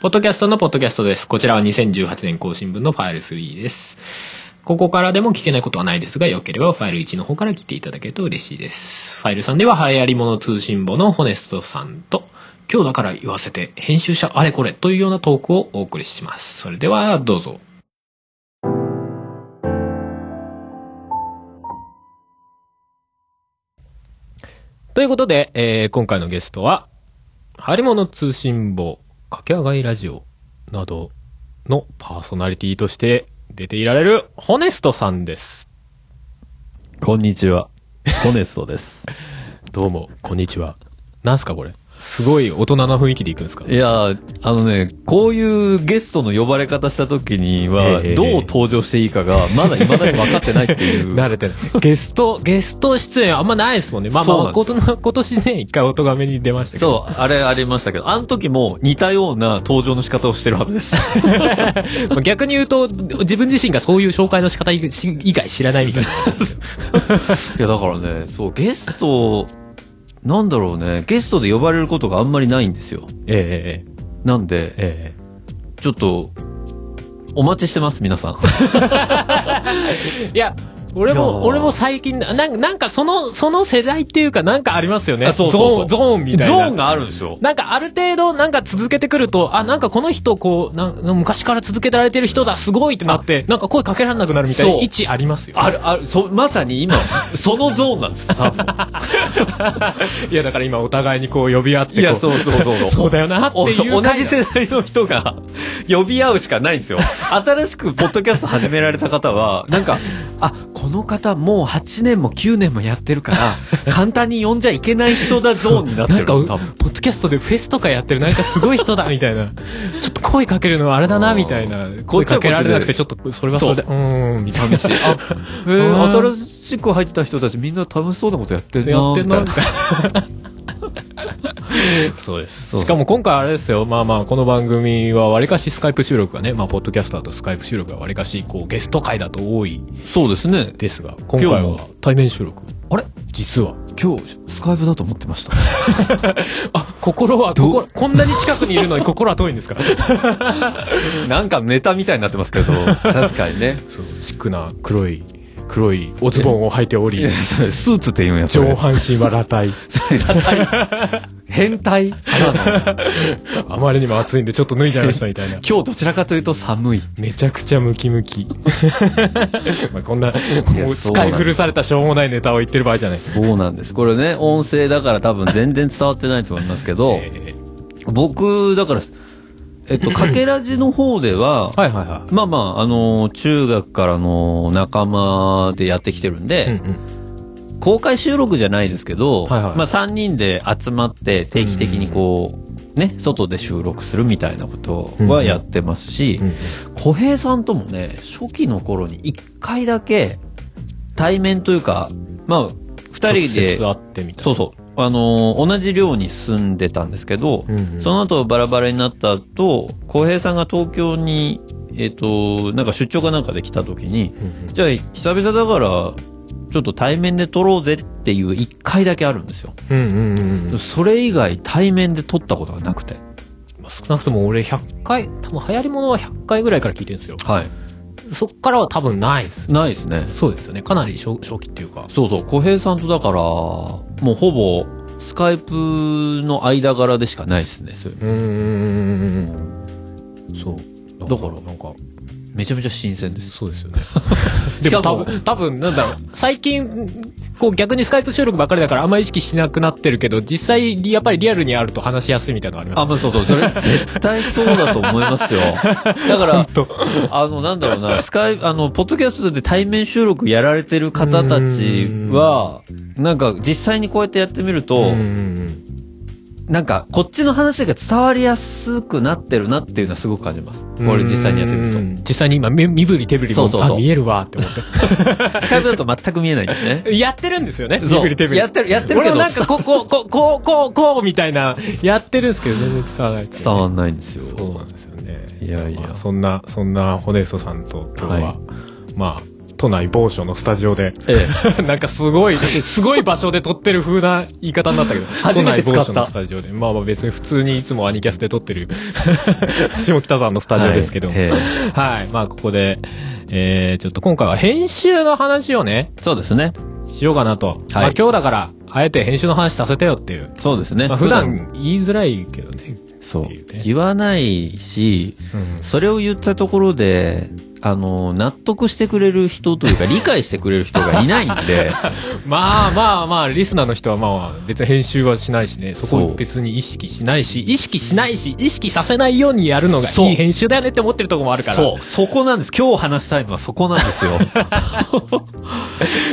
ポッドキャストのポッドキャストです。こちらは2018年更新分のファイル3です。ここからでも聞けないことはないですが、よければファイル1の方から聞いていただけると嬉しいです。ファイル3では流行り物通信簿のホネストさんと、今日だから言わせて、編集者あれこれというようなトークをお送りします。それでは、どうぞ。ということで、えー今回のゲストは、張り物通信簿、かけあがいラジオなどのパーソナリティとして出ていられるホネストさんです。こんにちは。ホネストです。どうも、こんにちは。なんすかこれ。すごい大人な雰囲気でいくんですか いやー、あのね、こういうゲストの呼ばれ方した時には、ええどう登場していいかが、まだ未だに分かってないっていう。 慣れてない。 ゲスト、ゲスト出演あんまないですもんね。まあそうまなあ、んでことの今年ね、一回音がめに出ましたけど。そう、あれありましたけど、あの時も似たような登場の仕方をしてるはずです。 まあ逆に言うと、自分自身がそういう紹介の仕方以外知らないみたいな。いや、だからね、そう、ゲスト、なんだろうね、ゲストで呼ばれることがあんまりないんですよ。 えなんで、ええちょっと、お待ちしてます、皆さ ん。えいや、俺いやも、ー俺も最近、なんか、なんかその、その世代っていうかなんかありますよね。あそうそうそゾーうン、ゾーンみたいな。ゾーンがあるんですよ。なんかある程度なんか続けてくると、あ、なんかこの人こう、なん昔から続けられてる人だ、すごいってなって、なんか声かけられなくなるみたいなそう位置ありますよ。ある、ある、そ、まさに今、そのゾーンなん です、多分。いやだから今お互いにこう呼び合ってこう。いや、そうそうそうそう。そうだよなっておいう同回じ世代の人が 呼び合うしかないんですよ。新しくポッドキャスト始められた方は、なんか、あ、この方もう8年も9年もやってる から、簡単に呼んじゃいけない人だゾーンになってるなんんか、ポです多分ッドキャストでフェスとかやってる、なんかすごい人だ、みたい な。ちょっと声かけるのはあれだな、みたいな。声かけられなくて、ちょっと、それはそれで、うーん、みた いな。寂しい。あ、えうんー、新しく入った人たちみんな楽しそうなことやってんなやってん なみみたいたいな。そうです。 そうしかも今回あれですよ、まあまあ、この番組はわりかしスカイプ収録がね、まあ、ポッドキャスターとスカイプ収録がわりかし、こう、ゲスト会だと多いそうですね。ですが、今回今は日も対面収録。あれ実は。今日、スカイプだと思ってました。あ、心は、どう心こんなに近くにいるのに 心は遠いんですかなんかネタみたいになってますけど、確かにね。そう、シックな黒い、黒いおズボンを履いておいりや、スーツって言うんや、それ上半身は裸体。 変態あまりにも暑いんでちょっと脱いじゃいましたみた いな。今日どちらかというと寒い。めちゃくちゃムキム キ。まあこんな、もうそ使うなんいです古されたしょうもないネタを言ってる場合じゃない。そうなんです。これね、音声だから多分全然伝わってないと思いますけど、 えー僕、だから、えっと、かけらじの方では、はいはいはまあまあ、あの、中学からの仲間でやってきてるんい。うんで、うん。公開収録じゃないですけど、はいはいまあ3人で集まって定期的にこう、ね、外で収録するみたいなことはやってますし、小平さんともね、初期の頃に一回だけ対面というか、まあ、二人直接で、会ってみたいな。そうそう、あのー同じ寮に住んでたんですけど、うんうんその後バラバラになった後、小平さんが東京に、えっ、と、なんか出張かなんかで来た時に、うんうんじゃあ久々だから、ちょっと対面で撮ろうぜっていう一回だけあるんですよ。うんうんうんうん。それ以外対面で撮ったことがなくて。まあ少なくとも俺100回、多分流行りものは100回ぐらいから聞いてるんですよ。はい。そっからは多分ないです。ないですね。そうですよね。かなり初初期っていうか。そうそう、小平さんとだから、もうほぼ、スカイプの間柄でしかないですね、それうんうんうんうんうん。そう。だだかからら、なんか、めちゃめちゃ新鮮です。そうですよね。でもしか多も分、多分、なんだろう、最近、こう逆にスカイプ収録ばっかりだからあんま意識しなくなってるけど、実際、りやっぱりリアルにあると話しやすいみたいなのありますあ、まあそうそう、そ れ、絶対そうだと思いますよ。だから、あの、なんだろうな、スカイ、あの、ポッドキャストで対面収録やられてる方たちは、なんか、実際にこうやってやってみると、うんなんか、こっちの話が伝わりやすくなってるなっていうのはすごく感じます。うんうん。これ実際にやってみると。実際に今、目身振り手振りもそうそうそうあ、見えるわって思っと。スカイプだと全く見えないんですね。て。 やってるんですよね、身そう振り手振り。やってるやってるけ俺どもなんか、こう、こう、こ う、こう、こう、こう、みたいな、やってるんですけど、全然伝わらない。伝わんないんですよ。そうなんですよね。いやいやまあそんな、そんな、ホネストさんと今日は、はいまあ、都内某所のスタジオで、え なんかすごい、すごい場所で撮ってる風な言い方になったけど、 初めて使っ都内某所たのスタジオで。まあまあ別に普通にいつもアニキャスで撮ってる、 下北沢のスタジオですけど。ははいえい。まあここで、えー、ちょっと今回は編集の話をね、そうですね。しようかなと。まあ今日だから、あえて編集の話させてよっていう。そうですね。まあ普段言いづらいけどね。そうっていうね。言わないし、うんそれを言ったところで、あの、納得してくれる人という か、理解してくれる人がいないんで、まあまあまあ、リスナーの人はまあ別に編集はしないしね、そこそうを別に意識しないし、意識しないし、意識させないようにやるのがそういい編集だよねって思ってるとこもあるから。そう、そこなんです。今日話したいのはそこなんで すよ。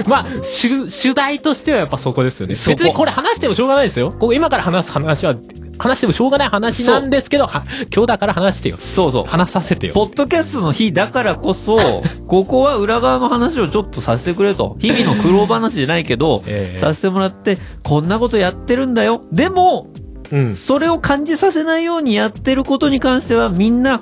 まあ、主、主題としてはやっぱそこですよね。そこ別にこれ話してもしょうがないですよ。ここ今から話す話は、話してもしょうがない話なんですけど、は今日だから話してよ。そうそう。話させてよ。ポッドキャストの日だからこそ、ここは裏側の話をちょっとさせてくれと。日々の苦労話じゃないけど、 ええさせてもらって、こんなことやってるんだよ。でも、うん。それを感じさせないようにやってることに関しては、みんな、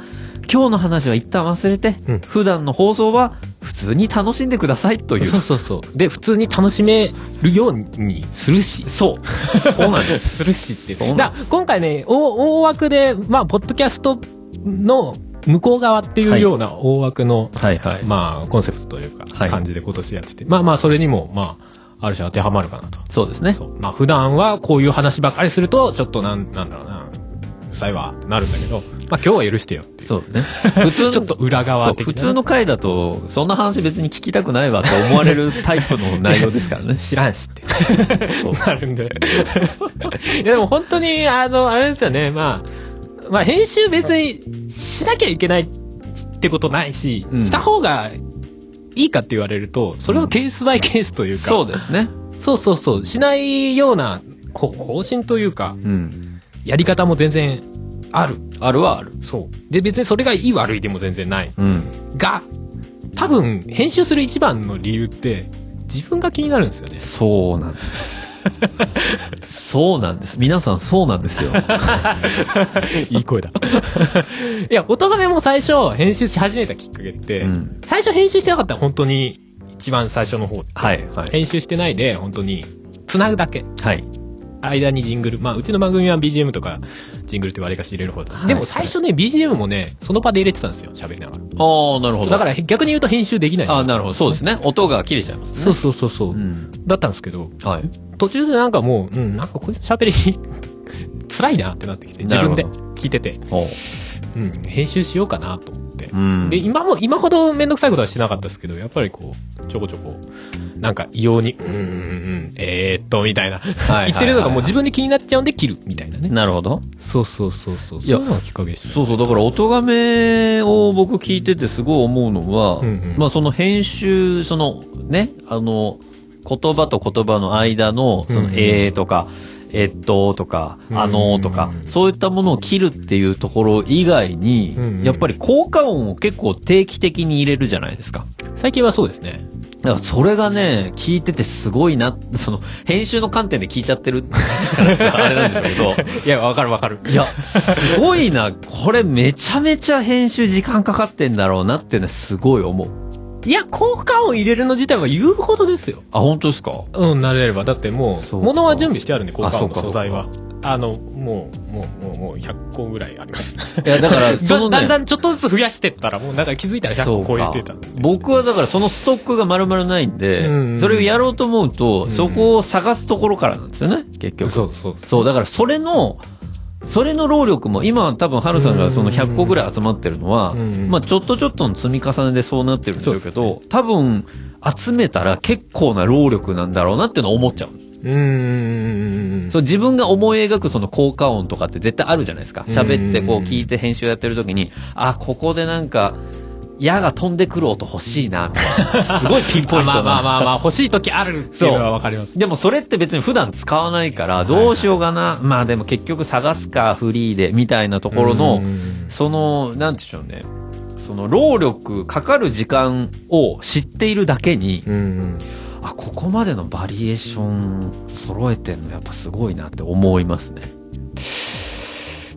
今日の話は一旦忘れて、うん普段の放送は普通に楽しんでくださいという。そうそうそう。で、普通に楽しめるようにするし。そう。そうなんです。するしって。そうな んだから今回ね、大大枠で、まあ、ポッドキャストの向こう側っていうような大枠の、はいはい。まあ、コンセプトというかはい、感じで今年やってて、まあまあ、それにも、まあ、ある種当てはまるかなと。そうですね。そうまあ、普段はこういう話ばかりすると、ちょっとなん、なんだろうな、うるさいわってなるんだけど、まあ、今日は許してよっていう。そうね。普通 のちょっと裏そ側う的な。普通の回だと、そんな話別に聞きたくないわと思われるタイプの内容ですからね。知らんしって。 なるんで。いやでも本当に、あの、あれですよね。まあ、まあ編集別にしなきゃいけないってことないし、うんした方がいいかって言われると、それはケースバイケースというか、そうですね。そうそうそう、しないようなほ方針というか、うん。やり方も全然ある。あるはある。そう。で別にそれがいい悪いでも全然ない。うん。が、多分編集する一番の理由って、自分が気になるんですよね。そうなんです。そうなんです。皆さんそうなんですよ。 いい声だ。 いや、音めも最初編集し始めたきっかけって、うん最初編集してなかったら本当に一番最初の方。はいはい。編集してないで本当に繋ぐだけ。はい。間にジングル。まあ、うちの番組は BGM とかジングルってわりかし入れる方だ、はいでも最初ね、BGM もね、その場で入れてたんですよ、喋りながら。ああ、なるほど。だから逆に言うと編集できない。ああ、なるほど。そうですね。音が切れちゃいますね。そうそうそうそう、うん。だったんですけど、はい。途中でなんかもう、うん、なんかこいつ喋り、 辛いなってなってきて、自分でなる聞いてて、おううん、編集しようかなと思って。うん。で、今も、今ほどめんどくさいことはしてなかったですけど、やっぱりこう、ちょこちょこ、なんか異様に、うーんうんうん、えー、っと、みたいな、はいはい言ってるのがもう自分で気になっちゃうんで切る、みたいなね。なるほど。そうそうそうそう。いやそういうのがきっかけでしたね。そうそう、だから音がめを僕聞いててすごい思うのは、うんうんまあその編集、そのね、あの、言葉と言葉の間の、そうんの、うんえーとか、えっととか、うんうんあのとか、そういったものを切るっていうところ以外に、うんうんやっぱり効果音を結構定期的に入れるじゃないですか。最近はそうですね。だからそれがね、聞いててすごいな、その、編集の観点で聞いちゃってるじゃないですか、あれなんでしょうけど。 いや、わかるわかる。いや、すごいな。これめちゃめちゃ編集時間かかってんだろうなってね、すごい思う。いや、効果音入れるの自体は言うほどですよ。あ、本当ですかうん、慣れれば。だってもう、そうか物は準備してあるんで、効果音のあそうかそ素うか材は。あの、もう、もう、もう、もう、100個ぐらいあります。いや、だから、そ のだだんだね、んちょっとずつ増やしてったら、もうなんか気づいたら100そう個超えかてた。。僕はだからそのストックが丸々ないうんで、んそれをやろうと思うと、んそこを探すところからなんですよね、結局。そうそう。そう、だからそれの、それの労力も、今は多分ハルさんがその100個ぐらい集まってるのは、うんまあちょっとちょっとの積み重ねでそうなってるんでしょうけど、多分集めたら結構な労力なんだろうなっていうのは思っちゃう。うーん。そう自分が思い描くその効果音とかって絶対あるじゃないですか。喋ってこう聞いて編集やってる時に、あ、ここでなんか、矢が飛んでくる音欲しいな、みたいな。すごいピンポイントま な。あまあまあまあ、欲しい時あるっていうのはわかります。でもそれって別に普段使わないから、どうしようかな。まあでも結局探すか、フリーで、みたいなところのうんうんうん、その、なんて言うんでしょうね。その労力かかる時間を知っているだけに、うん。あ、ここまでのバリエーション揃えてんのやっぱすごいなって思いますね。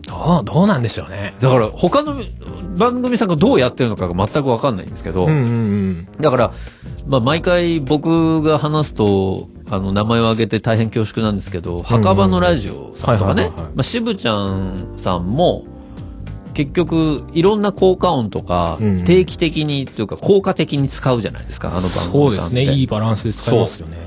どう、どうなんでしょうね。だから他の番組さんがどうやってるのかが全くわかんないんですけど、うんうんうん。だから、まあ、毎回僕が話すと、あの、名前を挙げて大変恐縮なんですけど、墓場のラジオさんとかはねいはいはいはい、まあ、渋ちゃんさんも、結局、いろんな効果音とかうん、定期的に、というか、効果的に使うじゃないですか、あの番そう組でさんっすて。ね。いいバランスで使えますよね。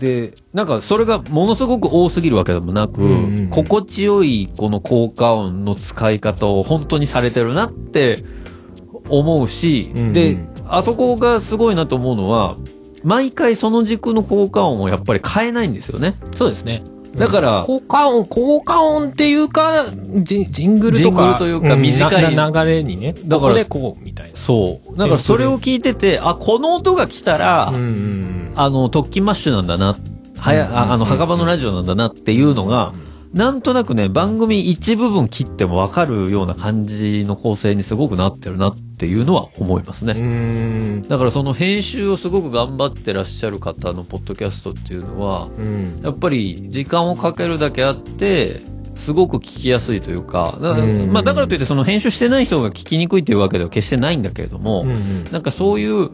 で、なんかそれがものすごく多すぎるわけでもなく、うんうん心地よいこの効果音の使い方を本当にされてるなって思うし、うんうんで、あそこがすごいなと思うのは、毎回その軸の効果音をやっぱり変えないんですよね。そうですね。だから、効果音、効果音っていうか、ジジングルジとングルかと。いうか短い、うんなな流れにね。だかこらこでこう、みたいな。そう。だからそれを聞いてて、あ、この音が来たら、うんうんあの、特勤マッシュなんだな、はや、ああの、墓場のラジオなんだなっていうのが、なんとなくね、番組一部分切ってもわかるような感じの構成にすごくなってるなっていうのは思いますうん。うね。ん。だからその編集をすごく頑張ってらっしゃる方のポッドキャストっていうのは、うん。やっぱり時間をかけるだけあって、すごく聞きやすいというか、だからうんまあだからといってその編集してない人が聞きにくいというわけでは決してないんだけれども、うんうんなんかそういう、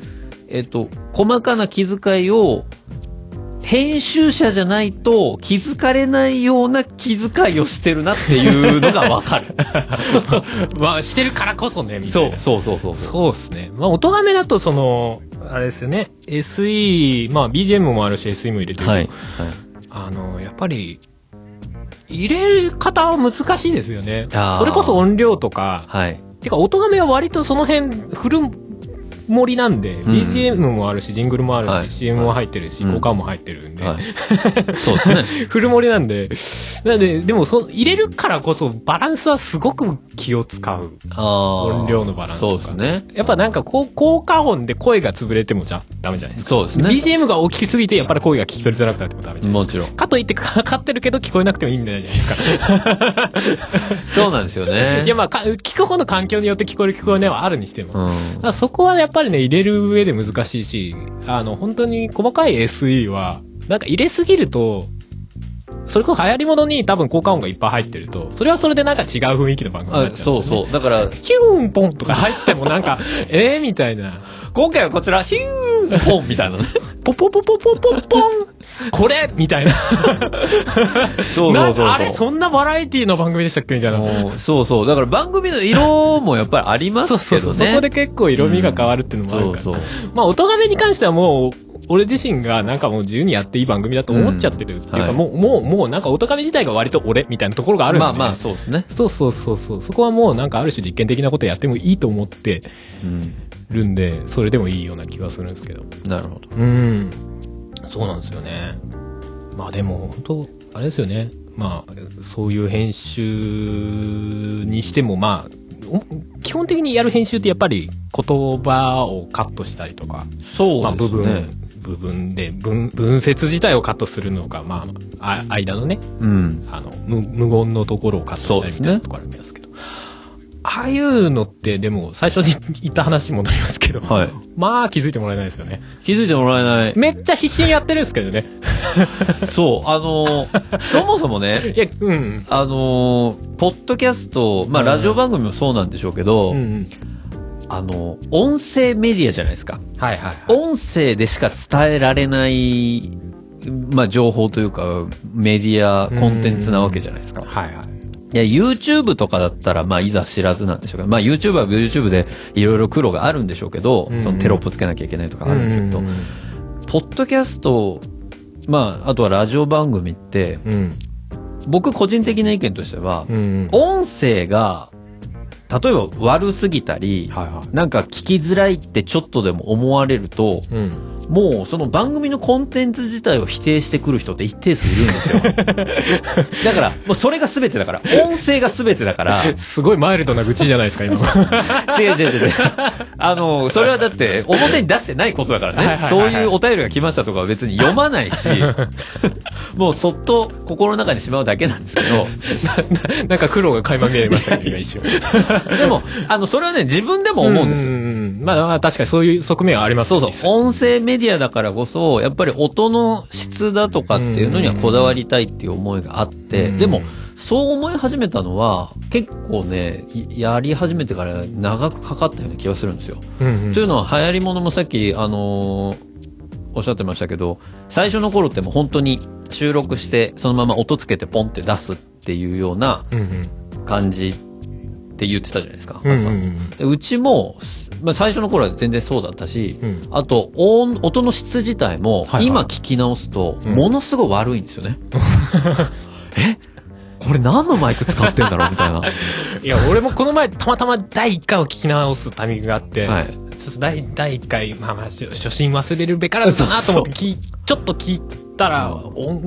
えっと、細かな気遣いを、編集者じゃないと気づかれないような気遣いをしてるなっていうのがわかる。まあ、してるからこそね、みた そいうな。そうそうそうそう。そうですね。まあ、音がめだと、その、あれですよね。SE、まあ、BGM もあるし、SE も入れてる。はい。はい。あの、やっぱり、入れる方は難しいですよね。あーそれこそ音量とか、はい。てか、音がめは割とその辺、古盛りなんで、BGM もあるし、ジングルもあるし、はい CM も入ってるし、うん効果音も入ってるんで、はい。 そうですね。古盛りなんで、なんで、でもそ、入れるからこそ、バランスはすごく気を使う。 ああ。音量のバランスそとうかですね。やっぱなんかこう、効果音で声が潰れてもじゃ、ダメじゃないですか。そうですね。 BGM が大きすぎて、やっぱり声が聞き取りづらくなってもダメじゃないもですちろんか。。かといって、かかってるけど聞こえなくてもいいんじゃないですか。そうなんですよね。 いやまあか、聞く方の環境によって聞こえる聞こえないはあるにしても。だうん。からそこはやっぱりね、入れる上で難しいし、あの、本当に細かい SE は、なんか入れすぎると、それこそ流行り物に多分効果音がいっぱい入ってると、それはそれでなんか違う雰囲気の番組になっあちゃうそんうですよ、ね。そう。だから、ヒューンポンとか入っててもなん か、えーみたいな。今回はこちら、ヒューポンみたいなね。ポポポポポポポンこれみたいな。そうなそうんそう。かあれそんなバラエティの番組でしたっけみたいな。もうそうそう。だから番組の色もやっぱりありまそうすそけうそどう。ね。そこで結構色味が変わるっていうのもあそるうから。そう。まあ、音亀に関してはもう、俺自身がなんかもう自由にやっていい番組だと思っちゃってるっていうか、うんはいもう、もう、もうなんか音亀自体が割と俺みたいなところがあるんで、まあまあ、そうですね。そうそうそうそう。そこはもうなんかある種実験的なことやってもいいと思ってうん。るんで、それでもいいような気はするんですけど。なるほど。うん。そうなんですよね。まあでも、本当あれですよね。まあ、そういう編集にしても、まあ、お基本的にやる編集ってやっぱり言葉をカットしたりとか、そうまあ、で部す分、ね。部分で分、文節自体をカットするのか、まあ、あ間のね、うん。あの無、無言のところをカットしたりみたいなところありますけど。ああいうのって、でも、最初に言った話に戻りますけど、はい。まあ気づいてもらえないですよね。気づいてもらえない。めっちゃ必死にやってるんですけどね。そう。あの ーそもそもね、いや、うん。あのーポッドキャスト、まあ、うんラジオ番組もそうなんでしょうけど、うんうん。あの、音声メディアじゃないですか。はいはいはい。音声でしか伝えられない、まあ、情報というか、メディア、コンテンツなわけじゃないですか。はいはい。いや、YouTube とかだったら、まあ、いざ知らずなんでしょうけど、まあ、YouTube は YouTube でいろいろ苦労があるんでしょうけど、うんそのテロップつけなきゃいけないとかあるんでしょうけど、ポッドキャスト、まあ、あとはラジオ番組って、うん。僕個人的な意見としては、うん。音声が、例えば悪すぎたり、はいはなんか聞きづらいってちょっとでも思われると、い。うん。もうその番組のコンテンツ自体を否定してくる人って一定数いるんですよ。 だから、もうそれが全てだから、音声が全てだから、すごいマイルドな愚痴じゃないですか、 今。は違う違う違う。 あの、それはだって、表に出してないことだからね。はいはいはいそはういいうお便りが来ましたとかは別に読まない し、もうそっと心の中にしまうだけなんですけ ど、なんか苦労が垣間見えましたね、今一瞬。でも、あの、それはね、自分でも思うんですよ。すまあまあ、確かにそういう側面はありますそうそう。音声メディアだからこそ、やっぱり音の質だとかっていうのにはこだわりたいっていう思いがあって、うんでも、そう思い始めたのは、結構ね、いやり始めてから長くかかったような気がするんですよ。うんうんというのは流行りものもさっき、あのーおっしゃってましたけど、最初の頃ってもう本当に収録して、そのまま音つけてポンって出すっていうようなうんうん感じって言ってたじゃないですか。うんうんでうちも、まあ、最初の頃は全然そうだったし、うんあと音、音の質自体もはい、はい今聞き直すと、うんものすごい悪いんです よね。えこれ何のマイク使ってんだろうみたいな。いや、俺もこの前、たまたま第1回を聞き直すタイミングがあって、はいちょっと第第1回、まあまあ、初初心忘れるべからずだなと思って聞い、ちょっと聞いたら、音、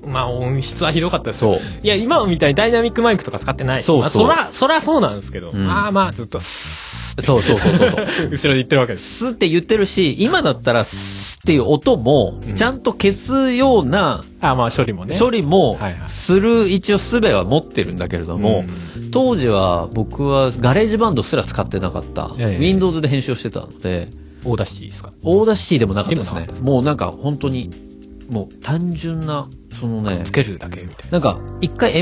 おまあ音質はひどかったですよそう。いや、今みたいにダイナミックマイクとか使ってないし、そうそうまあ、そら、そらそうなんですけど、んまあまあ、ずっと、スそうそうそうそうそう。ー後ろで言ってるわけです。スって言ってるし、今だったらスっていう音も、ちゃんと消すようなあまあ、処理もね。処理もはいはいする一応術は持ってるんだけれども、当時は僕はガレージバンドすら使ってなかった。ええ Windows で編集をしてたので、オーダーシティですかオーダーシティでもなかったですでもなねか。もうなんか本当に、もう単純な、そのね、つけるだけみたいな。なんか一回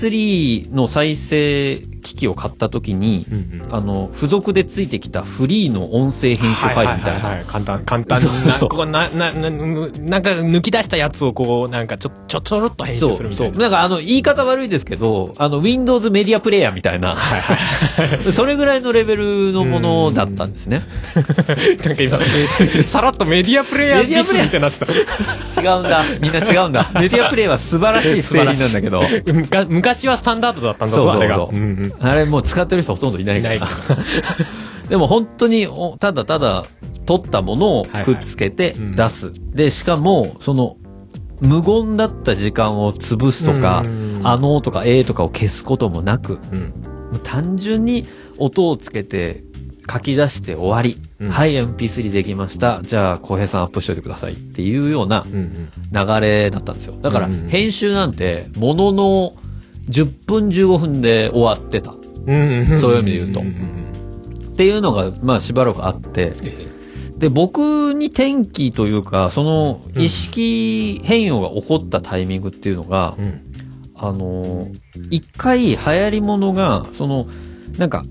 MP3 の再生機器を買った時に、んうんあの、付属でついてきたフリーの音声編集ファイルみたいなは。はは簡単、簡単にそうそうな、こうな、な、な、なんか抜き出したやつをこう、なんかちょ、ちょ、ちょろっと編集そすうそるうみたいな。なんかあの、言い方悪いですけど、あの、Windows メディアプレイヤーみたいな、それぐらいのレベルのものだったんですね。なんか今、 さらっとメディアプレイヤーディスみたいになってた。違うんだ。みんな違うんだ。メディアプレイは素晴らしい整理なんだけど。むか 昔はスタンダードだったんだそうぞ、そあうれが。そう。あれもう使ってる人ほとんどいないから。いない でも本当にお、ただただ取ったものをはいはいくっつけてうん出す。で、しかも、その、無言だった時間を潰すとかうん、あのとかえーとかを消すこともなく、うんもう単純に音をつけて書き出して終わり、うんはい MP3 できましたじゃあ浩平さんアップしといてくださいっていうようなうん流れだったんですよだからうんうん編集なんてものの10分15分で終わってたっうんそういう意味で言うとんんていうのがまあしばらくあってえで僕に転機というかその意識変容が起こったタイミングっていうのが、うんうんあのー一回流行りものが、その、なんか、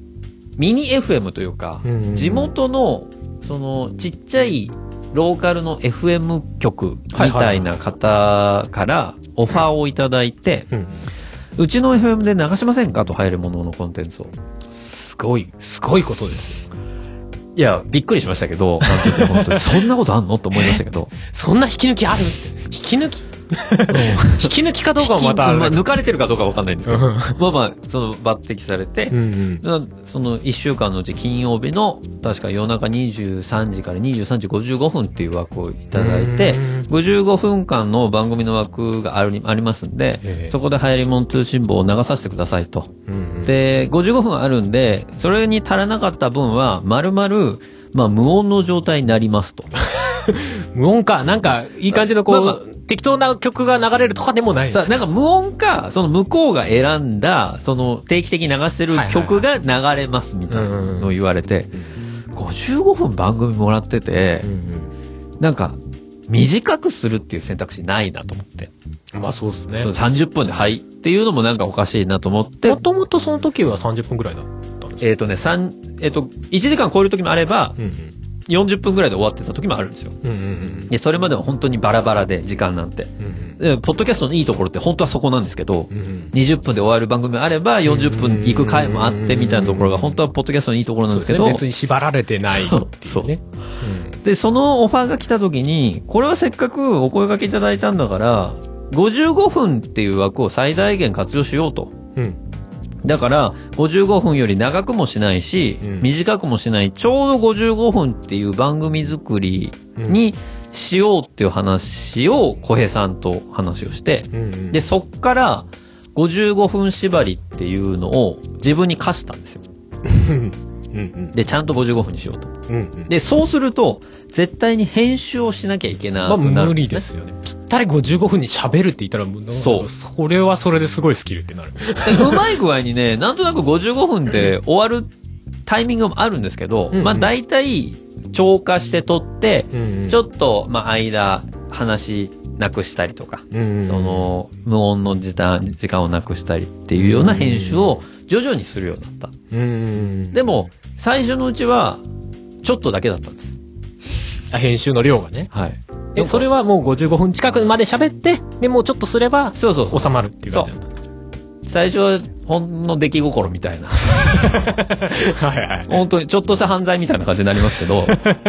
ミニ FM というか、うんうんうん地元の、その、ちっちゃい、ローカルの FM 局みたいな方からオファーをいただいて、うんうちの FM で流しませんかと入るもののコンテンツを。すごい、すごいことですよ。いや、びっくりしましたけど、なんていうか 本当にそんなことあんのと思いましたけど。そんな引き抜きある引き抜き引き抜き かどうかもまたあまある。抜かれてるかどうかわかんないんですけど、まあまあ、その抜擢されて、うんなその1週間のうち金曜日の確か夜中23時から23時55分っていう枠をいただいてうん55分間の番組の枠がありありますんで、ええそこで流行り物通信簿を流させてくださいと。うん。で55分あるんでそれに足らなかった分は丸々、まあ、無音の状態になりますと。無音か、なんか、いい感じのこまあまう、適当な曲が流れるとかでもないですさなんか無音かその向こうが選んだその定期的に流してる曲が流れますみたいなのを言われて55分番組もらってて。うんなんか、短くするっていう選択肢ないなと思って。うんまあそうですねその。30分ではいっていうのもなんかおかしいなと思っても、ともとその時は30分ぐらいだったんですえっ、とね、三えっ、と、1時間超える時もあれば、うん40分ぐらいで終わってた時もあるんですよ。うん。うんうんで、それまでは本当にバラバラで、時間なんて。うん。うんで、ポッドキャストのいいところって本当はそこなんですけど、うんうん。 20分で終わる番組もあれば、40分行く回もあってみたいなところが本当はポッドキャストのいいところなんそうですですけね。ど、別に縛られてないっていうね。そうそううんで、そのオファーが来た時に、これはせっかくお声掛けいただいたんだから、55分っていう枠を最大限活用しようと。うん。だから、55分より長くもしないし、うん短くもしない、ちょうど55分っていう番組作りにしようっていう話を小平さんと話をして、うん。で、そっから、55分縛りっていうのを自分に課したんですよ。うんうんで、ちゃんと55分にしようと。うん。うん。で、そうすると、絶対に編集をしなきゃいけなまあくなる無ん理ねですよね。ぴったり55分に喋るって言ったら、もうそうそれはそれですごいスキルってなる。でうまい具合にね、 なんとなく55分で終わるタイミングもあるんですけど、うんうんまあ大体、超過して撮って、うんうんちょっと、まあ間、話、なくしたりとか、うんうんうんその無音の時間時間をなくしたりっていうような編集を徐々にするようになった。うんでも、最初のうちは、ちょっとだけだったんです。あ編集の量がね。はい。え、それはもう55分近くまで喋って、で、もうちょっとすれば、そうそうそう。収まるっていう感じなんだ。最初は、ほんの出来心みたいな。はい はい。本当に、ちょっとした犯罪みたいな感じになりますけど、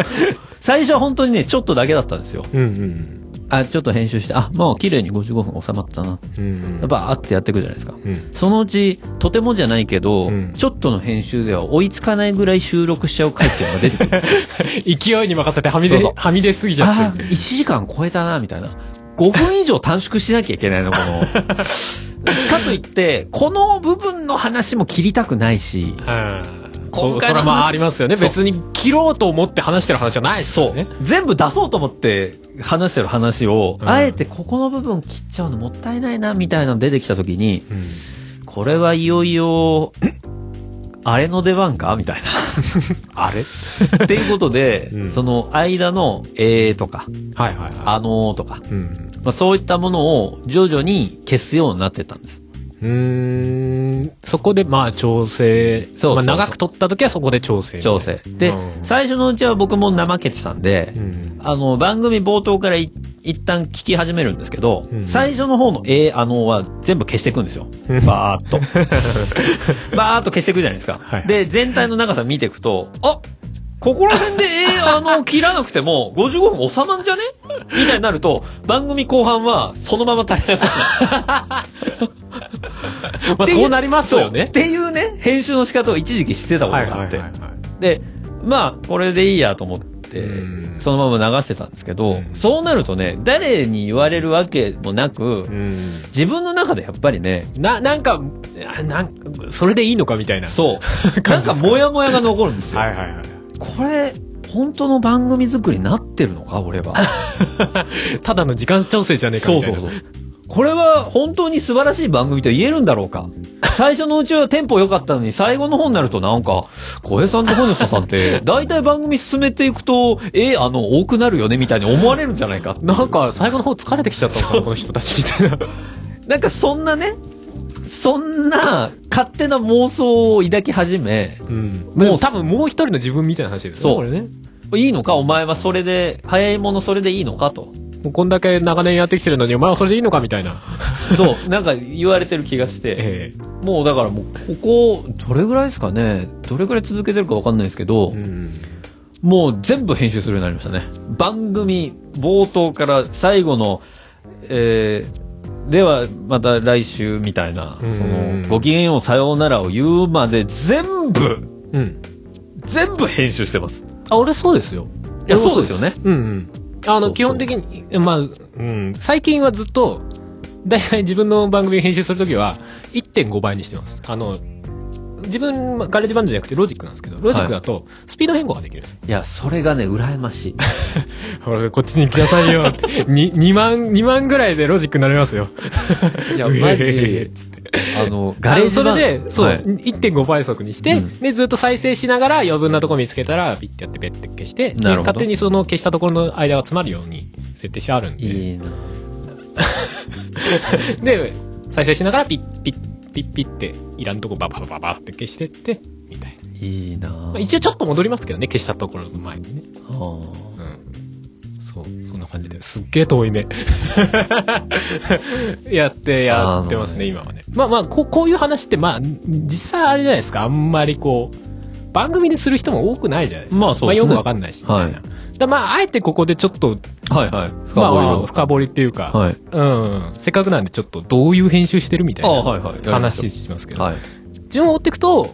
最初は本当にね、ちょっとだけだったんですよ。うんうんあ、ちょっと編集して、あ、もう綺麗に55分収まったな。うんうんやっぱ、あってやっていくじゃないですか。うんそのうち、とてもじゃないけど、うんちょっとの編集では追いつかないぐらい収録しちゃう回っていうのが出てく る。勢いに任せてはみ出、そうそうはみ出すぎちゃあってる。ー、1時間超えたな、みたいな。5分以上短縮しなきゃいけないの、この。かといって、この部分の話も切りたくないし、うん。今そ回それの話はまあありますよね。そう別に切ろうと思って話してる話じゃないですそようね。。全部出そうと思って話してる話を、うんあえてここの部分切っちゃうのもったいないな、みたいなの出てきたときに、うんこれはいよいよ、 あれの出番かみたいあれ な。っていうことで、うんその間の、えーとか、はいはいはあのーとか、うんまあ、そういったものを徐々に消すようになってったんです。い。うーん。そこでまあ調整。そうまあ長く撮った時はそこで調整。調。整。でう、ん最初のうちは僕も怠けてたんでう、んあの、番組冒頭からい一旦聞き始めるんですけど、うん最初の方のえー、あのーは全部消していくんですよ。バーっと。バーっと消していくじゃないですか。はいで、全体の長さ見ていくと、あここら辺でえー、あのー切らなくても55分収まんじゃねみたいになると、番組後半はそのまま垂れ流しなまあそうなりますよっね。ていうね、編集の仕方を一時期してたことがあって。で、まあ、これでいいやと思ってう、んそのまま流してたんですけど、うんそうなるとね、誰に言われるわけもなく、うん自分の中でやっぱりね、な、なんか、あなんそれでいいのかみたい な。そう、なんかモヤモヤが残るんですよ。はいはいはいこれ、本当の番組作りになってるのか俺 は。ただの時間調整じゃねえかそみうたいそうな。そう。 これは本当に素晴らしい番組と言えるんだろうか最初のうちはテンポ良かったのに最後の方になるとなんか、小平さんと本吉さ んって大体番組進めていくと、え、あの、多くなるよねみたいに思われるんじゃないかっていうなんか最後の方疲れてきちゃったのかなこの人たちみたいな。なんかそんなね、そんな勝手な妄想を抱き始め、うんもう多分もう一人の自分みたいな話ですよね。そうこれね。いいのかお前はそれで、早いものそれでいいのかと。もうこんだけ長年やってきてるのに、お前はそれでいいのかみたいな。そう、なんか言われてる気がして。 えもうだからもう、ここ、どれぐらいですかねどれぐらい続けてるかわかんないですけど、うんもう全部編集するようになりましたね。番組、冒頭から最後の、えー、ではまた来週みたいな、うんその、ごきげんようさようならを言うまで全部、うん全部編集してます。えあ、俺そうですよ。いや、そうですよね。うんあそうその、う基本的に、まあ、うん最近はずっと、だいたい自分の番組編集するときは、1.5倍にしてます。あの、自分、まあガレージバンドじゃなくてロジックなんですけど、ロジックだと、スピード変更ができるんですよ。いや、それがね、羨ましい。ほ ら、こっちに来なさいよって。2、2万、2万ぐらいでロジックになれますよ。 いや、えマジえ、 あの、ガレージあのバンそれで、そう、はい1.5倍速にして、うんで、ずっと再生しながら余分なとこ見つけたら、ピッてやってペッて消して、でなるほど勝手にその消したところの間が詰まるように設定してあるんで、いいな。で、再生しながらピッピッピッピッって、いらんとこバババババって消してって、みたいな。いいな。まあ、あ一応ちょっと戻りますけどね、消したところの前にね。ーうん。そう、そんな感じです。っげえ遠い目。 やって、やってますね、あの今はね。まあまあ、こう、こういう話って、まあ、実際あれじゃないですか、あんまりこう、番組にする人も多くないじゃないですか。まあそうですねよくわかんないし、みたいな。はだまあ、あえてここでちょっと、はいはい。まあ、深掘深掘りっていうか、りをはい。うん、せっかくなんでちょっとどういう編集してるみたいあはいはいな話しますけど、はい。順を追っていくと、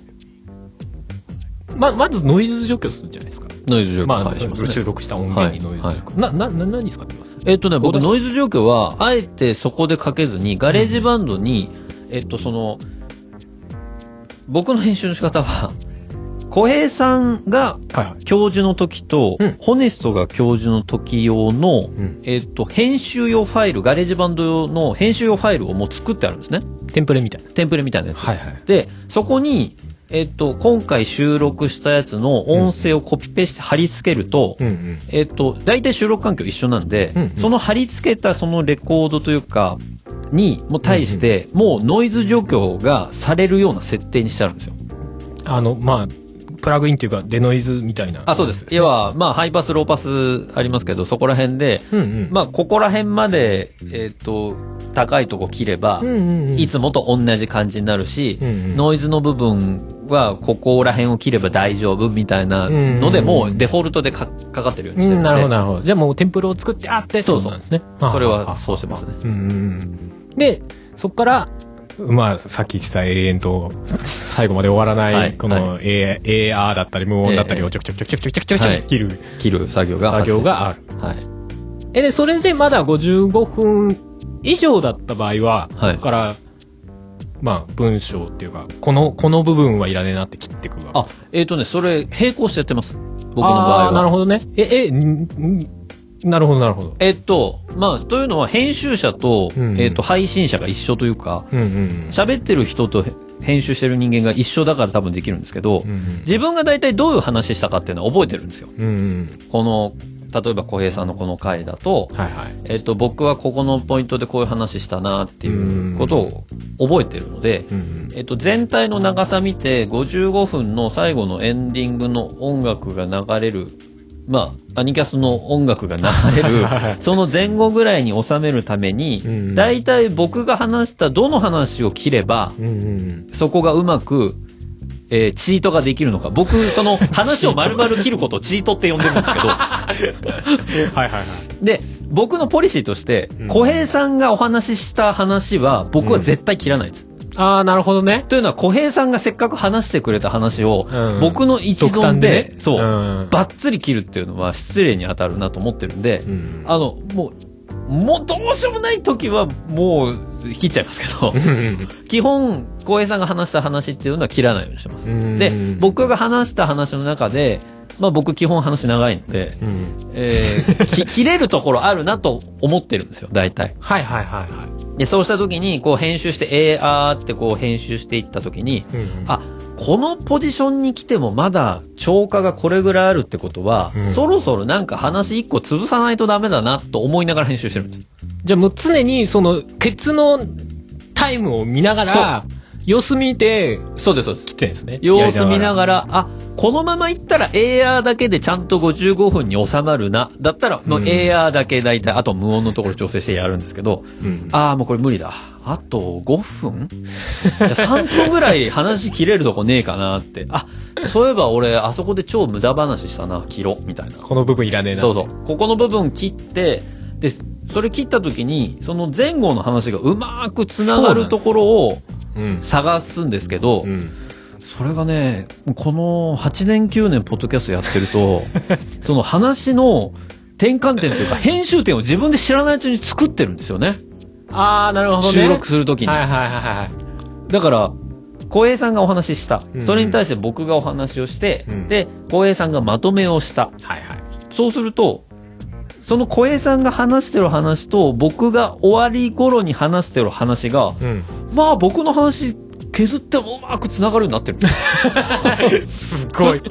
ま、まずノイズ除去するじゃないですか。ノイズ除去。まあ、はいしますね収録した音源にノイズ除去。な、な、な、何使ってますえっとね、ど僕、うですノイズ除去は、あえてそこでかけずに、ガレージバンドに、えっと、その、僕の編集の仕方は、小平さんがはいはい教授の時と、うんホネストが教授の時用の、んえっと、編集用ファイル、ガレージバンド用の編集用ファイルをもう作ってあるんですね。テンプレみたいな。テンプレみたいなやつ。いはいで、そこに、えっと、今回収録したやつの音声をコピペして貼り付けると、うんうん。えっと、大体収録環境一緒なんで、うんうんその貼り付けたそのレコードというか、にも対して、もうノイズ除去がされるような設定にしてあるんですよ。あの、まあ、プラグインっていうか、デノイズみたいな。あ、そうです。要は、まあ、ハイパス、ローパスありますけど、そこら辺で、うんうん。まあ、ここら辺まで、えっ、と、高いとこ切れば、うんうんうん。いつもと同じ感じになるし、うんうんノイズの部分はここら辺を切れば大丈夫みたいなので、うんもうデフォルトでかかかってるようにしてうるんん、で、なるほど、なるほど。じゃあもうテンプルを作ってあって、そうそうなんですね。それあああはあそうしてますね。うんうんうん。で、そこから、まあ、さっき言ってた永遠と、最後まで終わらはないい、この A- AR だったり、無音だったりええをちょくちょくちょくちょくちょくちょくちょくちょく切る切る作業が作発生業がある。はい。え、で、それでまだ55分以上だった場合は、はいだから、まあ、文章っていうか、この、この部分はいらねえなって切っていくが。あ、えっ、とね、それ並行してやってます。僕の場合あは。ーなるほどね。え、え、んんなるほど、なるほど。えっ、と、まあ、というのは編集者と、うんうんえっ、と、配信者が一緒というか、うんうん喋ってる人と編集してる人間が一緒だから多分できるんですけど、うん。うん自分が大体どういう話したかっていうのは覚えてるんですよ。うん。うんこの、例えば小平さんのこの回だとうん。、はいはい。えっと、僕はここのポイントでこういう話したなっていうことを覚えてるので、うんうん。えっと、全体の長さ見て、55分の最後のエンディングの音楽が流れる、まあ、アニキャスの音楽が流れる、その前後ぐらいに収めるためうんうに、ん大体僕が話したどの話を切れば、うんうん。そこがうまく、えーチートができるのか。僕、そ の話を丸々切ることをチートって呼んでるんですけど、はいはいはい。で、僕のポリシーとして、うん小平さんがお話しした話は、僕は絶対切らないです。ああ、なるほどね。というのは、小平さんがせっかく話してくれた話を、うん僕の一存ねで、そう、んバッツリ切るっていうのは失礼に当たるなと思ってるんで、うんあの、もう、もうどうしようもない時は、もう、切っちゃいますけどう、ん基本、小平さんが話した話っていうのは切らないようにしてます。うんで、僕が話した話の中で、まあ僕基本話長いんで、うんえ ーき切れるところあるなと思ってるんですよ、大体。はいはいはいはで、そうした時に、こう編集して、えー、あーってこう編集していった時に、い。うんあ、このポジションに来てもまだ超過がこれぐらいあるってことは、うんそろそろなんか話一個潰さないとダメだなと思いながら編集してるんです。じゃあもう常にその、ケツのタイムを見ながら、様子見て、そうです、そうです。切ってんですね。様子見なら。がら、あ、このままいったら AR だけでちゃんと55分に収まるな。だったら、もううん AR だけ大体、あと無音のところ調整してやるんですけど、うんああ、もうこれ無理だ。あと5分じゃあ3分ぐらい話切れるとこねえかなって。あ、そういえば俺、あそこで超無駄話したな、切ろ、みたいな。この部分いらねえな。そうそう。ここの部分切って、で、それ切った時に、その前後の話がうまーく繋がるところをうん。探すんですけど、うん。それがね、この8年9年ポッドキャストやって ると、その話の転換点というか編集点を自分で知らないうちに作ってるんですよね。ああ、なるほどね。収録するときに。はいはいはいはい。だから、浩平さんがお話ししたう。んそれに対して僕がお話をして、うんで、浩平さんがまとめをした。はいはい。そうすると、その小平さんが話してる話と、僕が終わり頃に話してる話が、うん。まあ僕の話削ってうまく繋がるようになってる。すごい。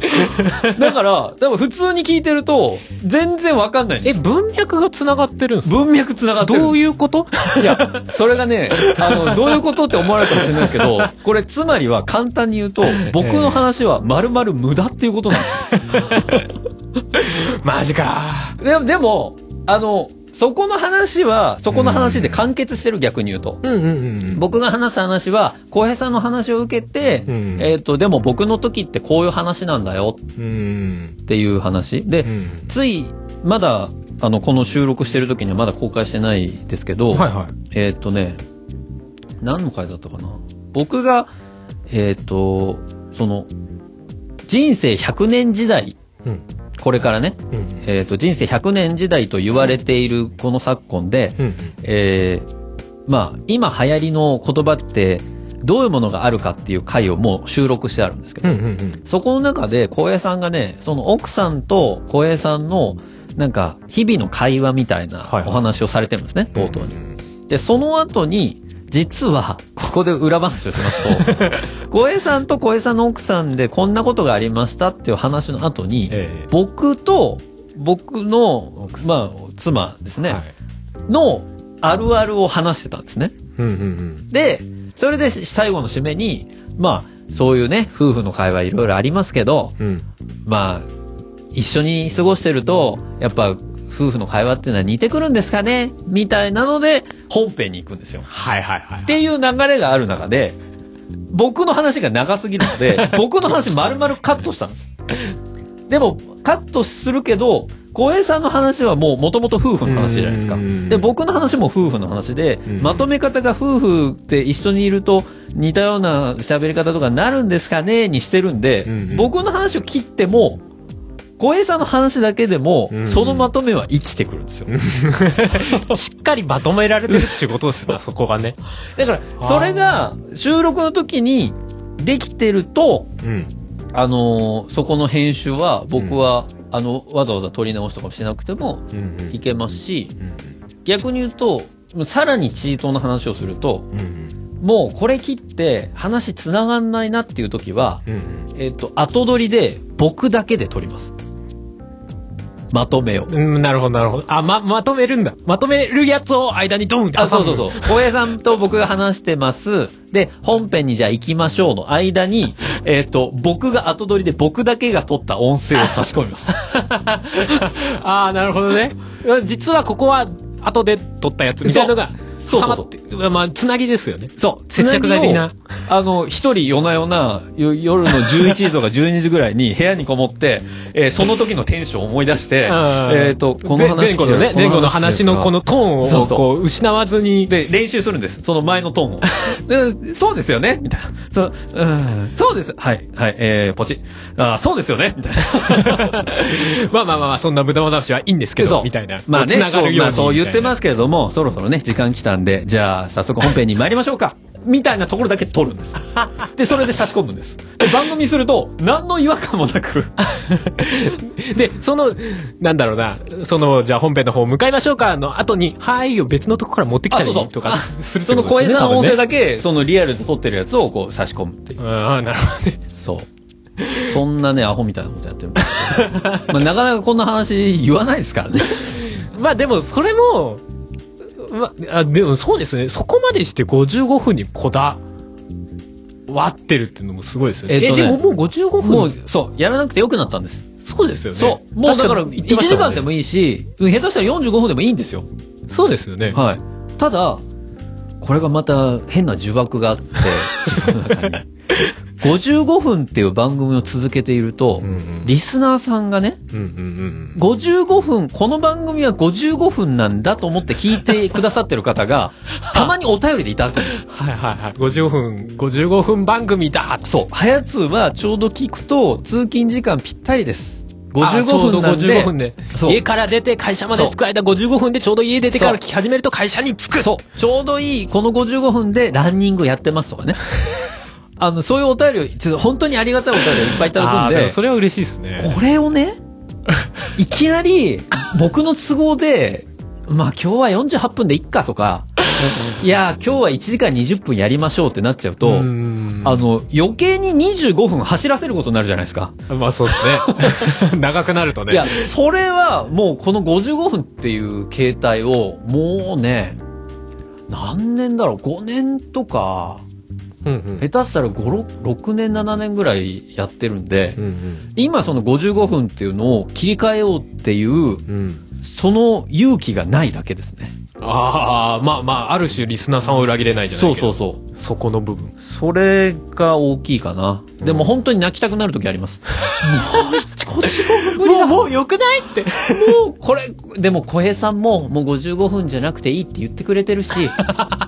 だから、多分普通に聞いてると、全然わかんないんでえ、す。文脈が繋がってるんですか文脈繋がってる。どういいうことういや、それがね、あの、どういうことって思われるかもしれないですけど、これつまりは簡単に言うと、僕の話は丸々無駄っていうことなんですよマジか。でもでも、あの、そこの話は、そこの話で完結してる逆に言うと。うんうんうん。僕が話す話は、浩平さんの話を受けて、うんえっ、と、でも僕の時ってこういう話なんだようん。っていう話。で、うん。つい、まだ、あの、この収録してる時にはまだ公開してないですけど、はいはえっ、とね、何の回だったかな僕が、えっ、と、その、人生100年時代、い。うん。これからね、うん。えっ、と、人生100年時代と言われているこの昨今で、うん。えーまあ、今流行りの言葉って、どういうものがあるかっていう回をもう収録してあるんですけうど、んうんうん。そこの中で、浩平さんがね、その奥さんと浩平さんの、なんか、日々の会話みたいなはいはいお話をされてるんですね、冒頭に。に。で、その後に、実は、ここで裏話をしますと、小江さんと小江さんの奥さんでこんなことがありましたっていう話の後に、え僕と、僕の、まあ、妻ですえね、はいのあるあるを話してたんですね。うんうんうん。で、それで最後の締めに、まあ、そういうね、夫婦の会話いろいろありますけど、うん。まあ、一緒に過ごしてると、やっぱ、夫婦の会話っていうのは似てくるんですかねみたいなので、本編に行くんですよ。はいはいはい。っていう流れがある中で、僕の話が長すぎる ので、僕の話丸々カットしたんです。でも、カットするけど、浩平さんの話はもう元々夫婦の話じゃないですかうんうんう。んで、僕の話も夫婦の話でうんう、んまとめ方が夫婦って一緒にいると似たような喋り方とかなるんですかねにしてるんでうんう、ん僕の話を切っても、浩平さんの話だけでもうんう、んそのまとめは生きてくるんですよ。しっかりまとめられてるっていうことです な、そこがね。だから、それが収録の時にできてると、うん。あのーそこの編集は僕は、あの、わざわざ撮り直しとかもしなくてもうんうん。いけますし、うん逆に言うと、さらにチートの話をすると、うんうんもうこれ切って話つながんないなっていう時は、うんうんえっ、と、後撮りで僕だけで撮ります。まとめを。うん、なるほど、なるほど。あ、ま、まとめるんだ。まとめるやつを間にドンって挟む。あ、そうそうそう。小江さんと僕が話してます。で、本編にじゃあ行きましょうの間 に、えっ、と、僕が後撮りで僕だけが撮った音声を差し込み ます。ああ、なるほどね。うん実はここは、後で撮ったやつみたいなのが、そうそうそう挟まってまあ、つなぎですよね。そう、接着剤的な。あの、一人夜な夜な、よ夜の11時とか12時ぐらいに部屋にこもって、えーその時のテンションを思い出して、うんえっ、と、この前話。前後のね、前後の話のこのトーンそうをそうこう失わずに。で、練習するんです。その前のトー ンを。でそうですよねみたいな。そう、うん、そうです。はい、はい、えー、ポチ。あーそうですよねみたいな。 まあまあまあまあ、そんな無駄話はいいんですけそど、うみたいな。まあね、こう繋がそうるようまあに。。そう言ってますすけれども、そろそろね、時間来たんで、じゃあ、早速本編に参りましょ うか。みたいなところだけ取る んです。で、それで差し込むんです。で、番組すると、何の違和感もな く。 で、その、なんだろうな、その、じゃあ本編の方向かいましょうかの後に、はいを別のとこから持ってきたりあそうそうとかあするってそこのと小です江ね。さんの音声だだけ、そのリアルで撮ってるやつをこう差し込むっていう。ああ、なるほどね。 そう。そんなね、アホみたいなことやってるんです けど。まあ、なかなかこんな話言わないですからね。まあでも、それも、まあ、でもそうですね。そこまでして55分にこだわってるっていうのもすごいですよね。 えっとねでももう55分。もう、そう、やらなくてよくなったんです。そうですよね。そう。もうだから、1言ってまし時た間ねでもいいし、下手したら45分でもいいんですよ。そうですよね。はい。ただ、これがまた変な呪 縛があって、自分の中に。55分っていう番組を続けていると、うんうんリスナーさんがね、うんうん55分、この番組は55分なんだと思って聞いてくださってる方 が、たまにお便りでいただくんです。はいはいはい。55分、55分番組だそう。はやつはちょうど聞くと、通勤時間ぴったりです。あちょう55ど分なんで。 55分で。そう家から出て会社まで着く間55分でちょうど家出てから聞き始めると会社に着く。そう。ちょうどいい、この55分でランニングやってますとかね。 あの、そういうお便りを、ちょっと本当にありがたいお便りをいっぱいいただくあんーでもで、それは嬉しいですね。これをね、いきなり、僕の都合で、まあ今日は48分でいっかとか、いや、今日は1時間20分やりましょうってなっちゃうと、うんあの、余計に25分走らせることになるじゃないですか。まあそうですね。 長くなるとね。いや、それはもうこの55分っていう形態を、もうね、何年だろう、5年とか、うんうん下手したら5、6年、7年ぐらいやってるんで、うんうん今その55分っていうのを切り替えようっていう、うんその勇気がないだけですね。ああ、まあまあ、ある種リスナーさんを裏切れないじゃなそいうけど。そうそう。そこの部分。それが大きいかな。でも本当に泣きたくなる時あります。もう55分無理だ、もう良くないって。もうこれ、でも小平さんももう55分じゃなくていいって言ってくれてる し、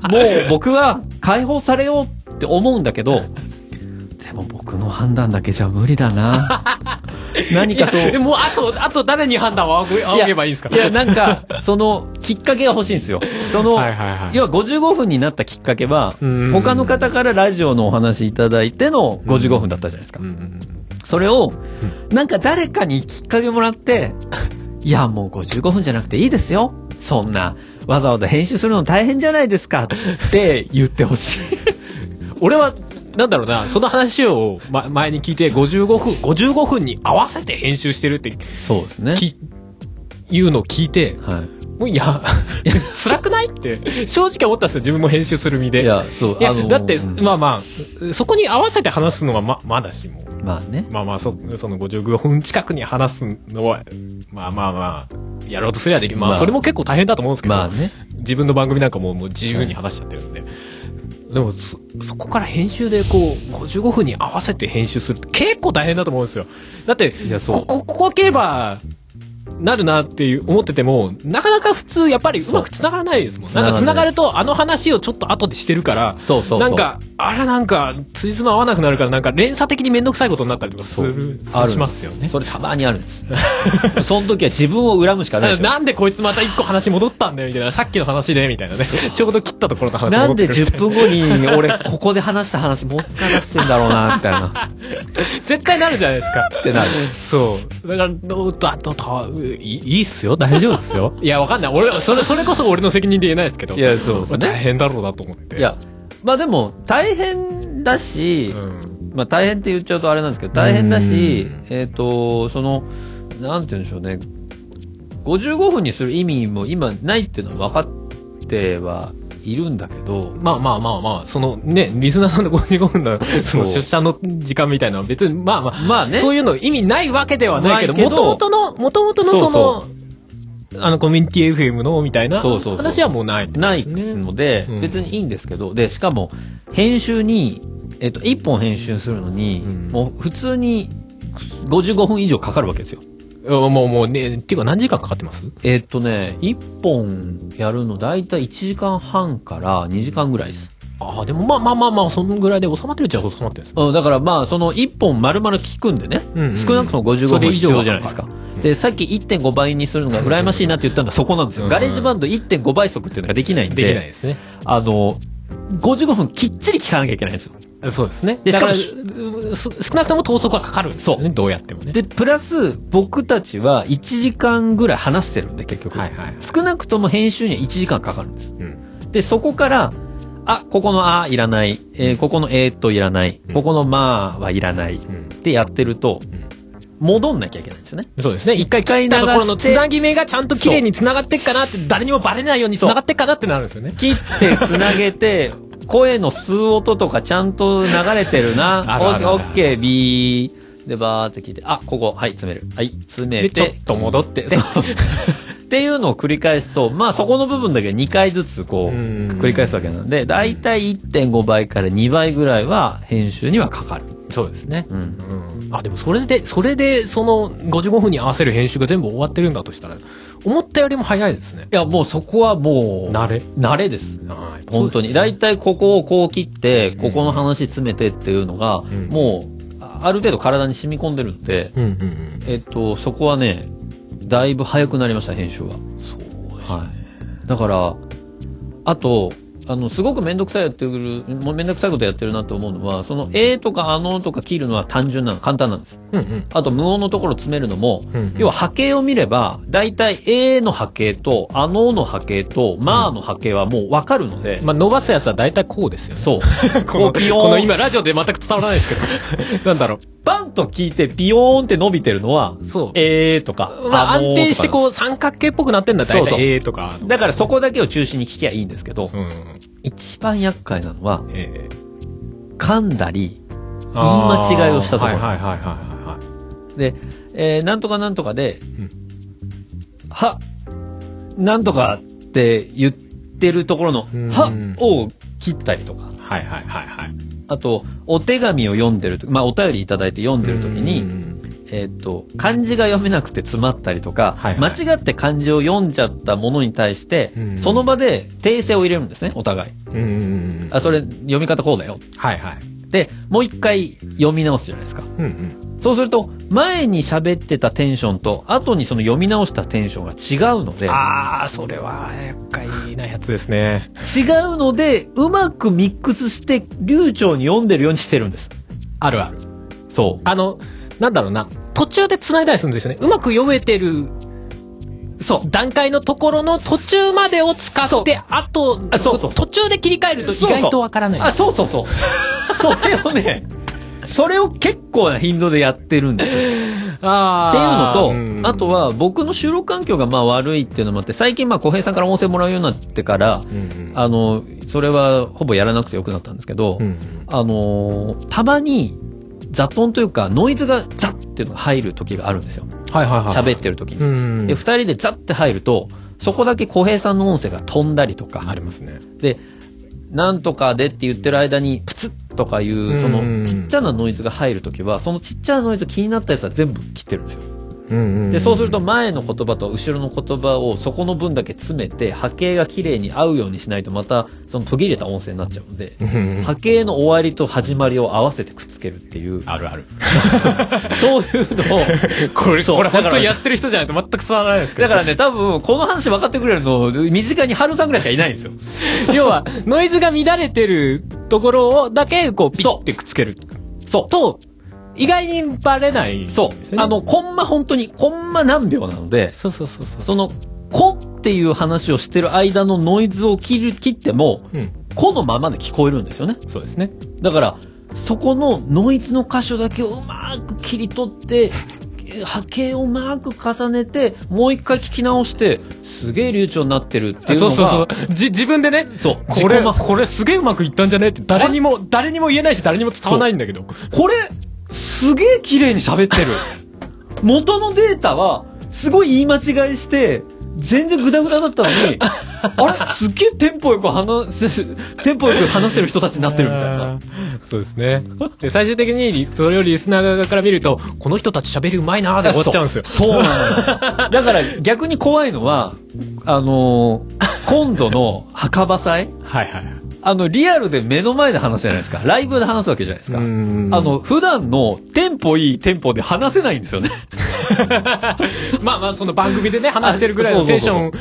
もう僕は解放されようって思うんだけど、でも僕の判断だけじゃ無理だな。 何かそう。もうあと、あと誰に判断を仰げ仰げばいいんですかいや、なんか、その、きっかけが欲しいんですよ。その、はいはいはい要は55分になったきっかけはうん、他の方からラジオのお話いただいての55分だったじゃないですかうんう。んそれを、なんか誰かにきっかけもらって、いや、もう55分じゃなくていいですよ。そんな、わざわざ編集するの大変じゃないですかって言ってほしい。 俺は、なんだろうな、その話を、ま、前に聞いて、55分、55分に合わせて編集してるって、そうですね。き、言うのを聞いて、はもういや、 辛くないって、正直思ったんですよ、自分も編集する身い。で。いや、そう、いや、あのーだって、うんまあまあ、そこに合わせて話すのはま、まだしも。まあね。まあまあ、そ、その55分近くに話すのは、まあまあまあ、やろうとすりゃできる。ままあ、あそれも結構大変だと思うんですけど、まあね。自分の番組なんかももう自由に話しちゃってるんで。でも、そ、そこから編集でこう、55分に合わせて編集するって結構大変だと思うんですよ。だって、いや、そうこ。こ、ここければ、なるなっていう思ってても、なかなか普通、やっぱりうまく繋がらないですもん。そうなんか繋がると、あの話をちょっと後でしてるから、そうそうそう。なんか、あらなんか、ついつま合わなくなるから、なんか連鎖的にめんどくさいことになったりとかする、あるしますよね。それたまにある んです。その時は自分を恨むしかないなですよ。なんでこいつまた一個話戻ったんだよみたいな、さっきの話で、みたいなね。ちょうど切ったところの話戻なんってでくる10分後に俺ここで話した話もう一回出してんだろうな、みた いな。絶対なるじゃないですか。ってなる。そう。だから、どだとたいいいいっすよ大丈夫っすよ いや、わかんない。俺、それ、それこそ俺の責任で言えないですけど。いや、そうです大ね。変だろうなと思って。い、や、まあでも、大変だしう、ん。まあ大変って言っちゃうとあれなんですけど、大変だしうん、えっと、その、なんて言うんでしょうね。55分にする意味も今ないっていうのは分かってはいるんだけど、まあまあまあまあ、そのね、リスナーさんの55分の、そのそう出社の時間みたいなのは別に、まあまあ、まあねそういうの意味ないわけではないけど、ないもけとどもとの、もともとのその、あの、コミュニティ FM のみたいなそうそうそう話はもうないってことなでいすね、ので、うん別にいいんですけど、で、しかも、編集に、えっと、1本編集するのに、うんもう普通に55分以上かかるわけですよ。いやもうもうね、っていうか何時間かかってますえっとね、1本やるの大体1時間半から2時間ぐらいです。ああ、でもまあまあまあまあ、そのぐらいで収まってるっちゃ収まってるんですうんだからまあ、その1本丸々聞くんでね、うんうん少なくともそ55れ分以必上は要じゃないですかか。で、さっき1.5倍にするのが羨ましいなって言ったのがそこなんですよ。うんガレージバンド1.5倍速っていうのができないんできないで、ですね。あの、55分きっちり聞かなきゃいけないんですよ。そうですね。でだから、しす少なくとも等速はかかるんですよね。どうやってもね。で、プラス、僕たちは1時間ぐらい話してるんで、結局。はいはい少なくとも編集には1時間かかるんです。うん。で、そこから、あ、ここのあいらない、えーここのえーっといらない、うんここのまあはいらない、っうんてやってると、戻んなきゃいけないんですよね。そうですね。一回一回切ったところの流してつなぎ目がちゃんと綺麗につながってっかなって、誰にもバレないようにつながってっかなってなるんですよね。切って、つなげて、声の吸う音とかちゃんと流れてるな。あるあるあるオッケー、ビー。で、バーって聞いて、あ、ここ、はい、詰める。はい、詰めで、ちて。ょっと戻って。 そうっていうのを繰り返すと、まあそこの部分だけ2回ずつこう、うん繰り返すわけなんで、だいたい1.5倍から2倍ぐらいは編集にはかかる。そうですね。うん。うんあ、でもそれで、それで、その55分に合わせる編集が全部終わってるんだとしたら、思ったよりも早いですね。いや、もうそこはもう、慣れ慣れです。はい本当に。だいたいここをこう切って、ここの話詰めてっていうのが、んもう、あある程度体に染み込んでるんで、うんうんうん。えっと、そこはね、だいぶ早くなりました、編集は。はい。だから、あと、あの、すごくめんどくさいやってる、もうめんどくさいことやってるなと思うのは、その、えーとかあのとか切るのは単純なの、簡単なんです。うんうん。あと、無音のところ詰めるのも、うんうん要は波形を見れば、だいたいえーの波形と、あのの波形と、まあの波形はもうわかるので、まあ、伸ばすやつは大体こうですよね。そう。 この、こうピヨーンこの今ラジオで全く伝わらないですけ ど。なんだろう。バンと聞いて、ピヨーンって伸びてるのは、そう。えーとか、まあ、のー安定してとかこう三角形っぽくなってんだ、大そうそう体。A とか。だからそこだけを中心に聞きゃいいんですけど、うん。一番厄介なのは、ええ。噛んだり、言い間違いをしたとこはろいはいはいはいはい。で、えーなんとかなんとかで、んは、なんとかって言ってるところの、うんはを切ったりとか、はいはいはいはい。あと、お手紙を読んでるとまあお便りいただいて読んでるときに、うんえーっと、漢字が読めなくて詰まったりとか、はいはい間違って漢字を読んじゃったものに対して、うんその場で訂正を入れるんですね、お互い。うんうん。あ、それ読み方こうだよ。はいはい。で、もう一回読み直すじゃないですか。うんうん。そうすると、前に喋ってたテンションと、後にその読み直したテンションが違うので、ああ、それは厄介なやつですね。違うので、うまくミックスして、流暢に読んでるようにしてるんです。あるある。そあの、なんだろうな。途中で繋いだりするんですよね。うまく読めてるそう。段階のところの途中までを使そっうて、あと、あそうそう途中で切り替えると意そうそう外とわからない。あ、そうそう そう。それをね、それを結構な頻度でやってるんですよ。っていうのあと、うんあとは僕の収録環境がまあ悪いっていうのもあって、最近まあ小平さんから音声もらうようになってから、うんあの、それはほぼやらなくてよくなったんですけど、うんあのーたまに雑音というかノイズがザッっていうのが入る時があるんですよ。はいはいはい。喋ってる時うに。ん。で、二人でザッって入ると、そこだけ小平さんの音声が飛んだりとか、ありますね。で、なんとかでって言ってる間に、プツッとかいう、そうんのちっちゃなノイズが入るときは、そのちっちゃなノイズ気になったやつは全部切ってるんですよ。うんうんんで、そうすると、前の言葉と後ろの言葉をそこの分だけ詰めて、波形が綺麗に合うようにしないとまた、その途切れた音声になっちゃうので、うん 波形の終わりと始まりを合わせてくっつけるっていう、あるある。そういうのを、 これ、そうこれ本当だからにやってる人じゃないと全く伝わらないですけだからね、多分、この話分かってくれるの、身近に春さんぐらいしかいないんですよ。ど。要は、ノイズが乱れてるところをだけ、こう、ピそうッてくっつける。そう。と、意外にバレない、そう。あ、の、コンマ本当に、コンマ何秒なので、そうそうそうそう。その、こっていう話をしてる間のノイズを切る、切っても、うん。このままで聞こえるんですよね。そうですね。だから、そこのノイズの箇所だけをうまく切り取って、波形をうまく重ねて、もう一回聞き直して、すげえ流暢になってるっていうのそうが、そうそう。じ、自分でね、そうこれ、自己満これすげえうまくいったんじゃねって、誰にも、誰にも言えないし、誰にも伝わらないんだけど。これ、すげえ綺麗に喋ってる。 元のデータは、すごい言い間違いして、全然グダグダだったの に、あれすっげえテンポよく話し、テンポよく話してる人たちになってるみたいな。そうですね。で、最終的にリ、それをリスナー側から見ると、この人たち喋りうまいなーで終わっちゃうんですよ。 そうなのよ。だから逆に怖いのは、あのー今度の墓場祭はいはい。あの、リアルで目の前で話すじゃないですか。ライブで話すわけじゃないですか。んあ、の、普段のテンポいいテンポで話せないんですよね。まあまあ、その番組でね、話してるぐらいのそうそテうンシそ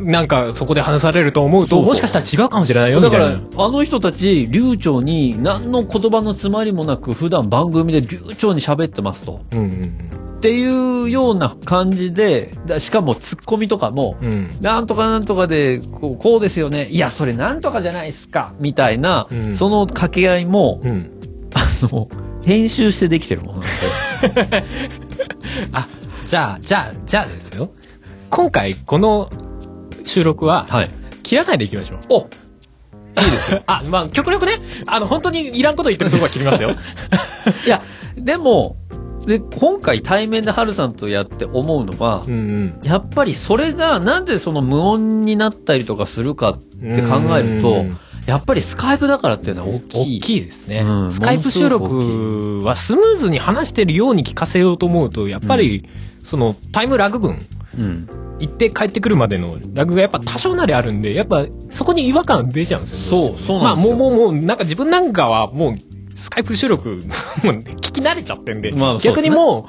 ョンを、なんかそこで話されると思うと、そうもしかしたら違うかもしれないよ、みだたかいらな。、あの人たち、流暢に、何の言葉の詰まりもなく、普段番組で流暢に喋ってますと。うんうんっていうような感じで、だしかもツッコミとかも、うん。うん。なんとかなんとかでこう、こうですよね。いや、それなんとかじゃないっすか。みたいな、うんその掛け合いも、うん。あの、編集してできてるものなんで。あ、じゃあ、じゃあ、じゃあですよ。今回、この収録は、 はい。切らないでいきましょう。おいいですよ。 あ、まあ、極力ね、あの、本当にいらんこと言ってるとこは切ります よ。いや、でも、で、今回対面でハルさんとやって思うのは、うんうん。やっぱりそれがなんでその無音になったりとかするかって考えるうとん、やっぱりスカイプだからっていうのは大きい。大きいですね、うんスカイプ収録はスムーズに話してるように聞かせようと思うとやっぱり、そのタイムラグ分うん。行って帰ってくるまでのラグがやっぱ多少なりあるんでやっぱそこに違和感出ちゃうんですよねそうどしてもねそうまなあんですもうよもうもうなんか自分なんかはもうスカイプ収録 もう聞き慣れちゃってんで,、まあそうですね逆にも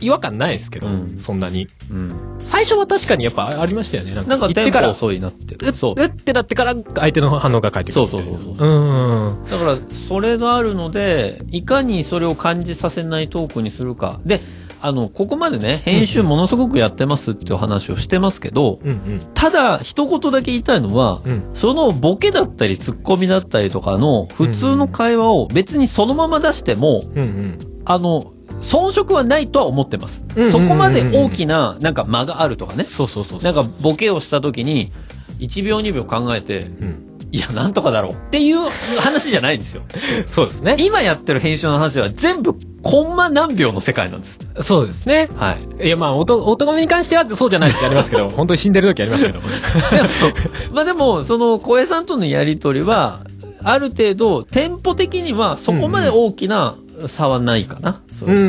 う違和感ないですけど、うんそんなにうん。最初は確かにやっぱありましたよねなんかなんか行っテてンかポら遅いなって。うっそうう。ってなってから相手の反応が返ってくそるうみたそういなそうそう。うんだから、それがあるので、いかにそれを感じさせないトークにするか。で、あの、ここまでね、編集ものすごくやってますっていう話をしてますけど、うんうん。ただ、一言だけ言いたいのは、うんそのボケだったりツッコミだったりとかの普通の会話を別にそのまま出しても、うんうん。あの、遜色はないとは思ってます。んうんうんそこまで大きな、なんか間があるとかね。そうそうそう。なんかボケをした時に、1秒2秒考えて、うん。いや、なんとかだろうっていう話じゃないんですよ。そうですね今やってる編集の話は全部コンマ何秒の世界なんです。そうですね はい。いや、まあ、音、音髪に関してはそうじゃないってありますけ ど、本当に死んでる時ありますけど。でも、まあでも、その、小江さんとのやりとりは、ある程度、テンポ的にはそこまで大きな差はないかな。そううんうんう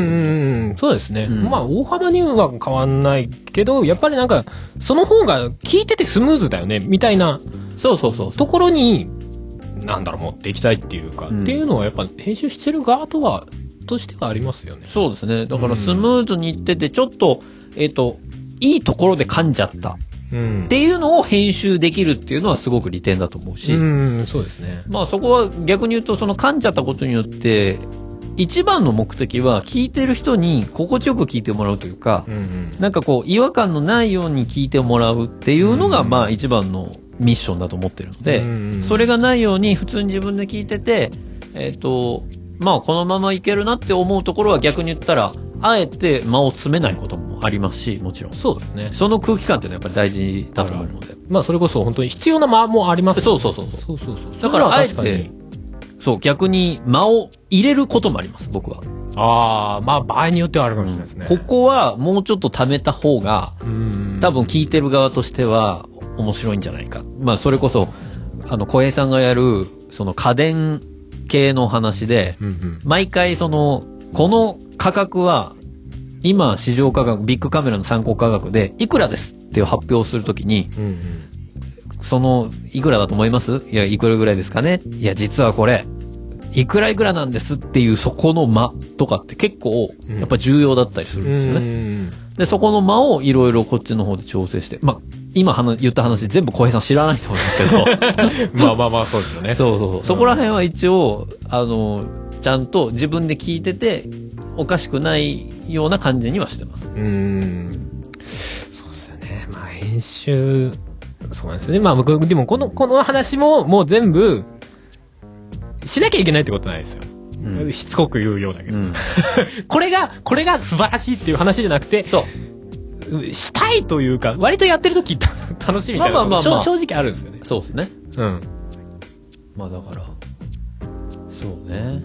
ん。そうですね。うんまあ、大幅には変わんないけど、やっぱりなんか、その方が聞いててスムーズだよね、みたいなそうそうそう。ところに、なんだろう、持っていきたいっていうか、うんっていうのはやっぱ編集してる側とは、としてはありますよね。そうですね。だからスムーズにいってて、ちょっと、えっ、と、いいところで噛んじゃったっうん。ていうのを編集できるっていうのはすごく利点だと思うし、うん、そうですね。まあそこは逆に言うと、その噛んじゃったことによって、一番の目的は聞いてる人に心地よく聞いてもらうというか、うんうんなんかこう違和感のないように聞いてもらうっていうのが、うんまあ一番のミッションだと思ってるので、うんそれがないように普通に自分で聞いてて、えっ、と、まあこのままいけるなって思うところは逆に言ったら、あえて間を詰めないこともありますし、もちろん。そうですね。その空気感っていうのはやっぱり大事だと思うので。まあ、それこそ本当に必要な間もありますそうそうそうそうそうそうそう。だからあえそれは確てかに、そう、逆に間を入れることもあります、僕は。ああ、まあ、場合によってはあるかもしれないですね。ここはもうちょっと貯めた方が、うん多分聞いてる側としては面白いんじゃないか。まあそれこそ、あの、小平さんがやる、その家電系の話で、うんうん。毎回その、この価格は、今市場価格、ビッグカメラの参考価格で、いくらですっていう発表をするときに、うんうん。その、いくらだと思いますいや、いくらぐらいですかねいや、実はこれ、いくらいくらなんですっていうそこの間とかって結構、うんやっぱ重要だったりするんですよね。ね。で、そこの間をいろいろこっちの方で調整して、まあ、今話言った話全部小平さん知らないと思うんですけど、まあまあまあ、そうですよね。 そうそう そう。そこら辺は一応、あの、ちゃんと自分で聞いてて、おかしくないような感じにはしてます。うん。そうですよね。まあ、編集、そうなんですよね。まあ、僕、でも、この、この話も、もう全部、しなきゃいけないってことないですよ。うんしつこく言うようだけうど、ん。これが、これが素晴らしいっていう話じゃなくて、そう。したいというか、割とやってる時 楽しいみたいなこと、まあまあまあまあしょ正直あるんですよね。そうですね。うん。まあだから、そうね。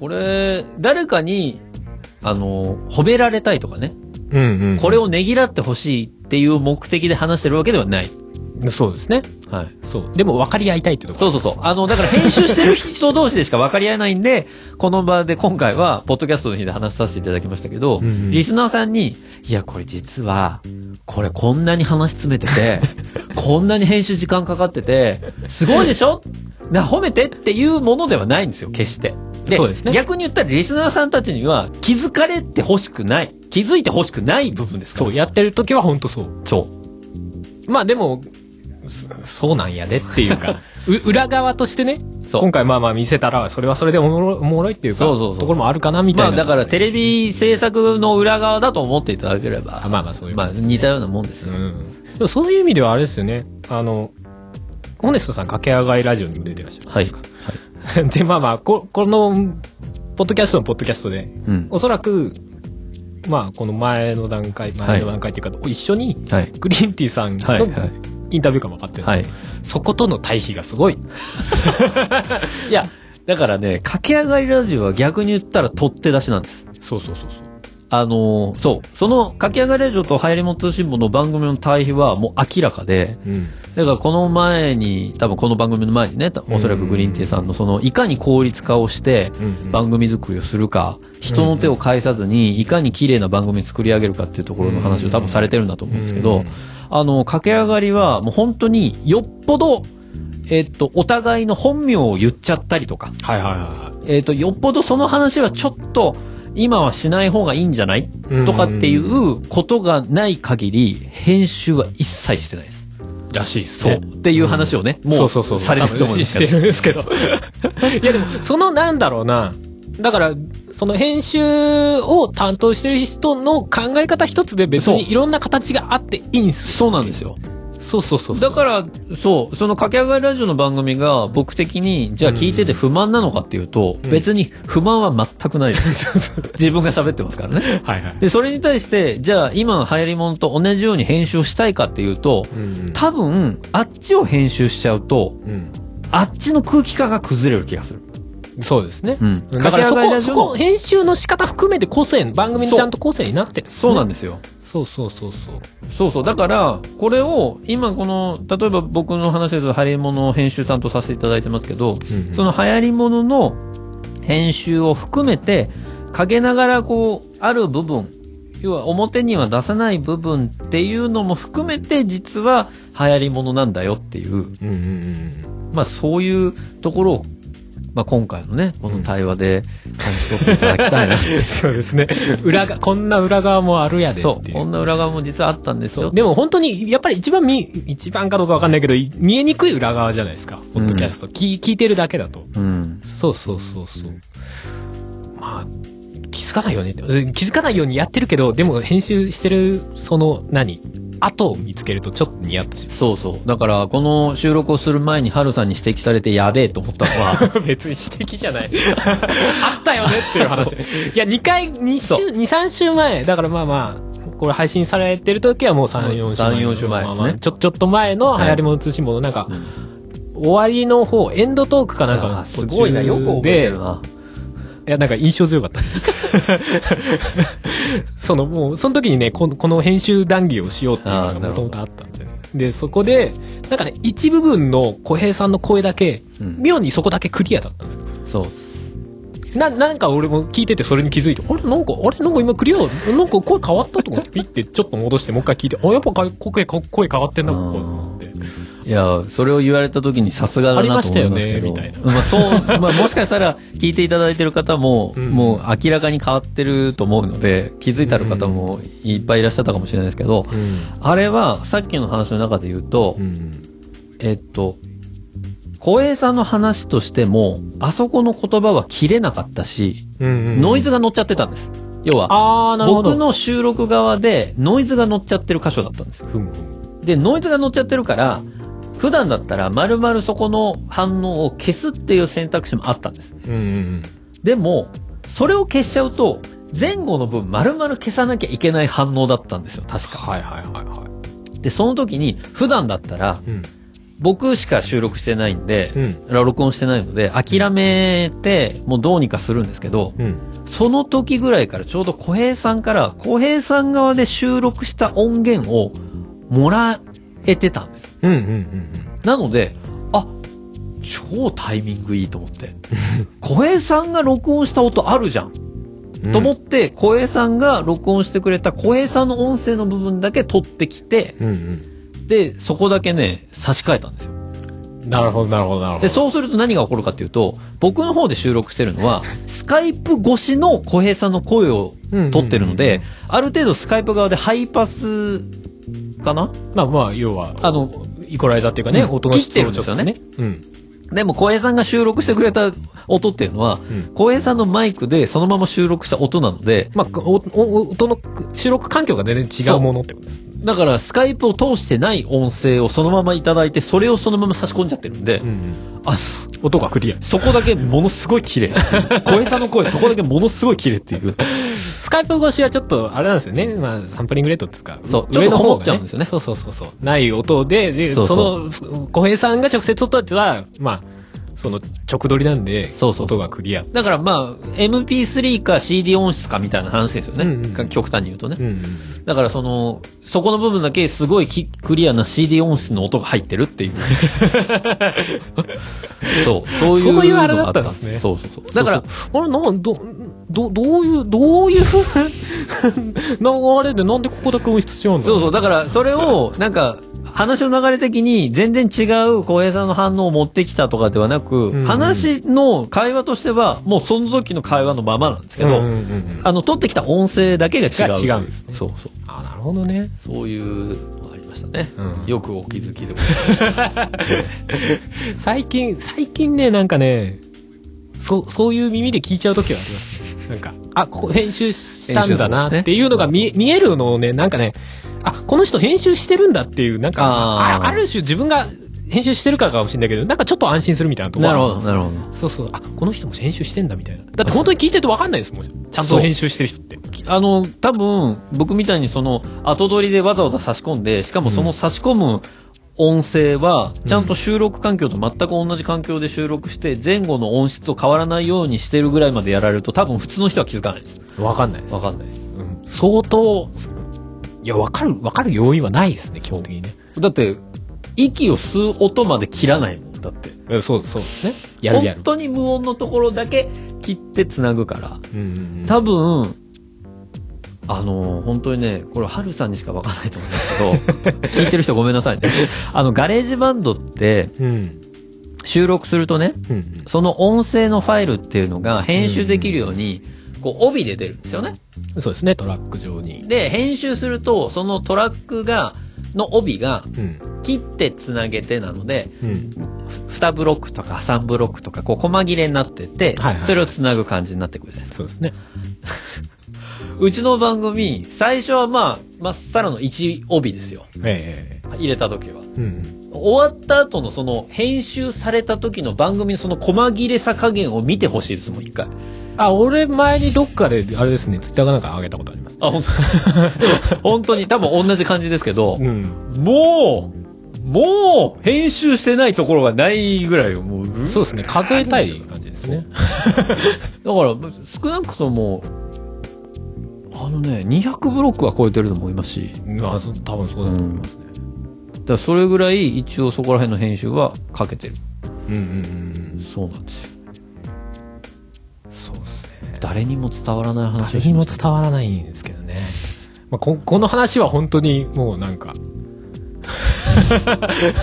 これ、誰かに、あの、褒められたいとかね、うんうん。これをねぎらってほしいっていう目的で話してるわけではない。そうですね。はい。そう。でも分かり合いたいってとこそうそうそう。あの、だから編集してる人同士でしか分かり合えないんで、この場で今回は、ポッドキャストの日で話させていただきましたけど、うんうんリスナーさんに、いや、これ実は、これこんなに話詰めて て、こんなに編集時間かかってて、すごいでしょな褒めてっていうものではないんですよ、決して。そうですね逆に言ったらリスナーさんたちには気づかれてほしくない。気づいてほしくない部分ですからそう、やってる時は本当そう。そう。まあでも、そそうなんやでっていう か、う裏側としてね、そう今回まあまあ見せたら、それはそれでおもろおもろいっていうか、そうそうそうところもあるかなみたいまあな。だからテレビ制作の裏側だと思っていただければ。あまあまあそういうこまとあですね似たようなもんですよ。うん。でもそういう意味ではあれですよね。あの、ホネストさん駆け上がりラジオにも出てらっしゃる。はい。 で、まあまあ、こ、この、ポッドキャストのポッドキャストで、うん。おそらく、まあ、この前の段階、前の段階っていうか、一緒に、はい。グリーンティーさんはい。のはい。インタビューかも分かってるんですよ、はい。そことの対比がすごい。いや、だからね、駆け上がりラジオは逆に言ったら取って出しなんです。そうそうそうそう。あのーそう。その駆け上がりラジオと流行りも通信簿の番組の対比はもう明らかで、うん。だからこの前に、多分この番組の前にね、おそらくグリーンティーさんのその、いかに効率化をして、番組作りをするか、人の手を介さずに、いかに綺麗な番組作り上げるかっていうところの話を多分されてるんだと思うんですけうどん、あの、駆け上がりはもう本当によっぽど、えっと、お互いの本名を言っちゃったりとか、はいはいはえっと、よっぽどその話はちょっと、今はしない方がいいんじゃないうんとかっていうことがない限り、編集は一切してないです。い。らしいっすそう。っね。ていう話をね、んもそううそうそうされてると思うんですけ多ど。分 してるんですけど。いやでも、そのなんだろうな。だから、その編集を担当してる人の考え方一つで別そにういろんな形があっていいんす。そうなんですよ。そうそうそうだから、そう、その駆け上がりラジオの番組が僕的に、じゃあ聞いてて不満なのかっていうと、別に不満は全くない です。自分が喋ってますからね。はいはい。で、それに対して、じゃあ今の流行りものと同じように編集をしたいかっていうと、うん多分、あっちを編集しちゃうと、うん。あっちの空気感が崩れる気がする。そうですね。うんだからそ駆け上がりこ、ラジそオのこ、編集の仕方含めて個性、番組のちゃんと個性になってる、そうなんでですよ。す。そうそうそうそう。そうそう。だから、これを、今この、例えば僕の話で言うと、流行り物を編集担当させていただいてますけど、うんうんその流行り物の編集を含めて、陰ながらこう、ある部分、要は表には出さない部分っていうのも含めて、実は流行り物なんだよっていう、うんうんうん。まあそういうところを、まあ今回のね、この対話で感じ取っていただきたいな。そうですね。裏が、こんな裏側もあるやでっ そていう。う。こんな裏側も実はあったんですよ。でも本当に、やっぱり一番見、一番かどうかわかんないけど、い見えにくい裏側じゃないですか。ポッドキャスト。聞い聞いてるだけだと。うん。そうそうそうそう。まあ、気づかないよねって。気づかないようにやってるけど、でも編集してる、その、何後を見つけるとちょっとニヤッとしまそうそう。だから、この収録をする前にハルさんに指摘されてやべえと思ったの は、す。別に指摘じゃない。 あったよねっていう話。いや、2回、2週、そう2、3週前。だからまあまあ、これ配信されてる時はもう3、4週前。 3 4週前ですねまあまあちょ、ちょっと前の流行り物通信簿のなんか、終わりの方、エンドトークかなんかのあーすごいな、よく覚えてるな。いや、なんか印象強かった。 その、もう、その時にね、このこの編集談義をしようっていうあーのがなるもほとどもとあったんで、ね。で、そこで、なんかね、一部分の小平さんの声だけ、うん妙にそこだけクリアだったんですよ。そう。な、なんか俺も聞いててそれに気づいて、あれなんか、あれなんか今クリア、なんか声変わったと思って、ピッてちょっと戻して、もう一回聞いて、あ、やっぱか声、声変わってんな、ここ。っていや、それを言われた時にさすがだなと思いますけど。ありましたよねみたいなまあそう、まあもしかしたら聞いていただいてる方も、 うんもう明らかに変わってると思うので、気づいたる方もいっぱいいらっしゃったかもしれないですけど、うん。あれはさっきの話の中で言うと、うん。えっと、小平さんの話としても、あそこの言葉は切れなかったし、うん。ノイズが乗っちゃってたんです。要は、あー、なるほど。僕の収録側でノイズが乗っちゃってる箇所だったんですよ。ふむふむで、ノイズが乗っちゃってるから、普段だったら丸々そこの反応を消すっていう選択肢もあったんです。うんうんでも、それを消しちゃうと、前後の分丸々消さなきゃいけない反応だったんですよ、確か。はいはいはいはで、その時に、普段だったら、い。うん。僕しか収録してないんで、うん。録音してないので、諦めて、もうどうにかするんですけど、うん。その時ぐらいからちょうど小平さんから、小平さん側で収録した音源をもらえてたんです。うんうんうんなので、あ、超タイミングいいと 思って。小平さんが録音した音あるじゃん。うん。と思って、小平さんが録音してくれた小平さんの音声の部分だけ取ってきて、うんうん。で、そこだけね、差し替えたんですよ。なるほど、なるほど、なるほで、ど。そうすると何が起こるかっていうと、僕の方で収録してるのは、スカイプ越しの小平さんの声を撮ってるうんのうんで、ある程度スカイプ側でハイパスかなまあまあ、要は、あの、イコライザーっていうかね、うん音の質をちょっと切っねて。うん。でも小平さんが収録してくれた音っていうのは、ん小平さんのマイクでそのまま収録した音なので、まあ、おお音の収録環境が全然違うものってことです。だからスカイプを通してない音声をそのままいただいて、それをそのまま差し込んじゃってるんで、ん。あ音がクリア。そこだけものすご い綺麗。小平さんの声、そこだけものすごい綺麗っていう。スカイプ越しはちょっと、あれなんですよね。まあ、サンプリングレートっていうか、そう上のちょっとこ方もっちゃうんですよねそうそうそうそう。ない音で、で、そうそその、小平さんが直接撮ったやつは、まあ、その、直撮りなんで、そうそう音がクリア。だからまあ、MP3 か CD 音質かみたいな話ですよね。うんうん極端に言うとね。ん。だからその、そこの部分だけすごいきクリアな CD 音質の音が入ってる っていう。そう、そういうのがあそった。ういうあれだったんですねそうそうそう。だだかからら、、あれ、なん、ど、ど、どういう、どう いう流れで、なんでここだけ音質違うんだろそうそう、だからそれを、なんか、話の流れ的に全然違う小平さんの反応を持ってきたとかではなく、んうん話の会話としては、もうその時の会話のままなんですけど、うんうんうんうんあの、取ってきた音声だけが違う。が違うんですそうそう。あ、なるほどね。そういうのがありましたね。うんよくお気づきでも。最近、最近ね、なんかね、そう、そういう耳で聞いちゃう時はあります、ね。なんか、あ、ここ編集したんだなっていうのが見,、見えるのをね、なんかね、あ、この人編集してるんだっていう、なんか、ああーある種自分が編集してるからかもしれないけど、なんかちょっと安心するみたいなところ なはるほど、なるほど。そうそう。あ、この人も編集してんだみたいな。だって本当に聞いてると分かんないですもん。ちゃんと編集してる人って。あの、多分、僕みたいにその、後取りでわざわざ差し込んで、しかもその差し込む音声は、ちゃんと収録環境と全く同じ環境で収録して、前後の音質と変わらないようにしてるぐらいまでやられると、多分普通の人は気づかないです。分かんないです。わかんないです。うん相当、いや、分かる、分かる要因はないですね、基本的にね。だって、息を吸う音まで切らないもん、だって。そう、そうですね。やるや本る。当に無音のところだけ切って繋ぐから。うんうんうん多分、あの本当にね、これ、ハルさんにしかわかんないと思うんです けど、聞いてる人ごめんなさいね。あの、ガレージバンドって、うん。収録するとね、うん。その音声のファイルっていうのが編集できるように、こう、帯で出るんですよね。そうですね、トラック上に。で、編集すると、そのトラックが、の帯が、うん。切ってつなげてなので、うん。 2ブロックとか3ブロックとか、こう、細切れになってはいて、はいはいそれを繋ぐ感じになってくるじゃないですそか。うですね。うちの番組、最初はまあ、まっさらの1帯ですよ。え入れた時は。えうん。終わった後のその、編集された時の番組のその細切れさ加減を見てほしいですもん、一回。あ、俺前にどっかで、あれですね、ツイッターかなんか上げたことあります。あ、本当 本当に、多分同じ感じですけど、うん。もう、もう、編集してないところがないぐらいよ、もう。そうですね、数えたい感じですね。だから、少なくとも、あのね、200ブロックは超えてると思いますし、まあ、そ多分そうだと思いますね。だからそれぐらい一応そこら辺の編集はかけてる。うんうんうん。そうなんですよ。そうですね。誰にも伝わらない話を誰しにまもした。伝わらないんですけどね。まあ、ここの話は本当にもうなんか、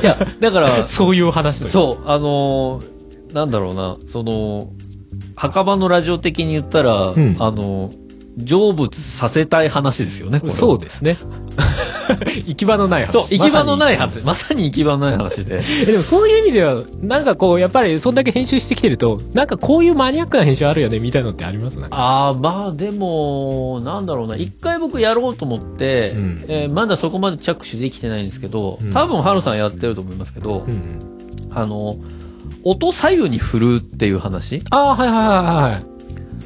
いや、だか ら、そういう話だよそう、あのーなんだろうな、その、墓場のラジオ的に言ったら、んあのー成仏させたい話ですよね、これはそうですね。 行き場のない話。そう、行き場のないまさに話。まさに行き場のない話で。えでもそういう意味では、なんかこう、やっぱりそんだけ編集してきてると、なんかこういうマニアックな編集あるよね、みたいのってありますなんか。ああ、まあでも、なんだろうな、一回僕やろうと思って、うんえーまだそこまで着手できてないんですけど、うん多分ハルさんやってると思いますけど、ん。あの、音左右に振るっていう話ああ、はいはいはいは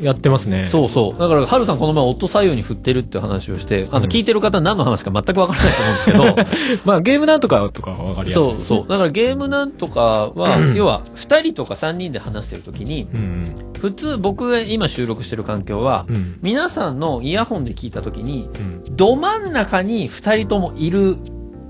い。やってますね。う。そうそう。だから、ハルさんこの前音左右に振ってるって話をして、あの、うん聞いてる方何の話か全くわからないと思うんですけまあゲームなんとかとかはわかりやす いど、そでうすね。そう。だからゲームなんとかは、要は、2人とか3人で話してる時に、うん。普通僕が今収録してる環境は、うん。皆さんのイヤホンで聞いた時に、うん。ど真ん中に2人ともいる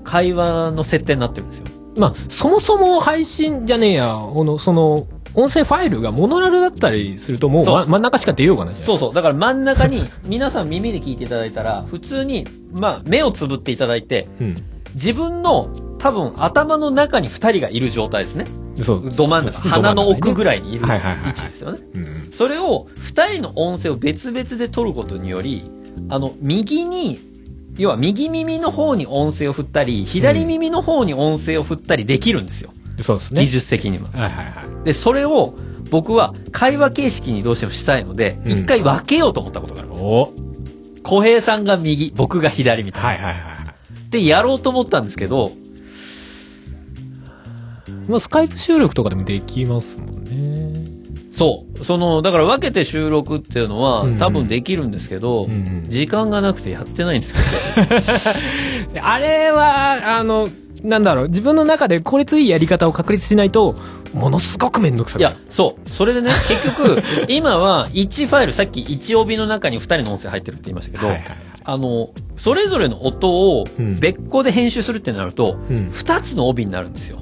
会話の設定になってるんですよ。まあ、そもそも配信じゃねえや、この、その、音声ファイルがモノラルだったりするともう、そうま真ん中しか出ようがないじゃないそうですか。そう。だから真ん中に、皆さん耳で聞いていただいたら、普通に、まあ、目をつぶっていただいて、うん。自分の多分頭の中に2人がいる状態ですね。そう。ど真ん中、鼻の奥ぐらい。らいにいるはいはいはいはい位置ですよね。うん。それを2人の音声を別々で取ることにより、あの、右に、要は右耳の方に音声を振ったり、左耳の方に音声を振ったりできるんですよ。そうです技ね。術的には。はいはいはい。で、それを僕は会話形式にどうしてもしたいので、うん一、回分けようと思ったことがある。お小平さんが右、僕が左みたいな。はいはいはで、やろうと思ったんですけど、い。まあ、スカイプ収録とかでもできますもんね。そう。その、だから分けて収録っていうのはうんうん多分できるんですけど、うんうん時間がなくてやってないんですけあれは、あの、なんだろう、自分の中で効率いいやり方を確立しないと、ものすごくめんどくさど。くいなやる。、そう。それでね、 結局、今は1ファイル、さっき1帯の中に2人の音声入ってるって言いましたけど、はいはいあの、それぞれの音をうん別個で編集するってなると、うん2つの帯になるんですよ。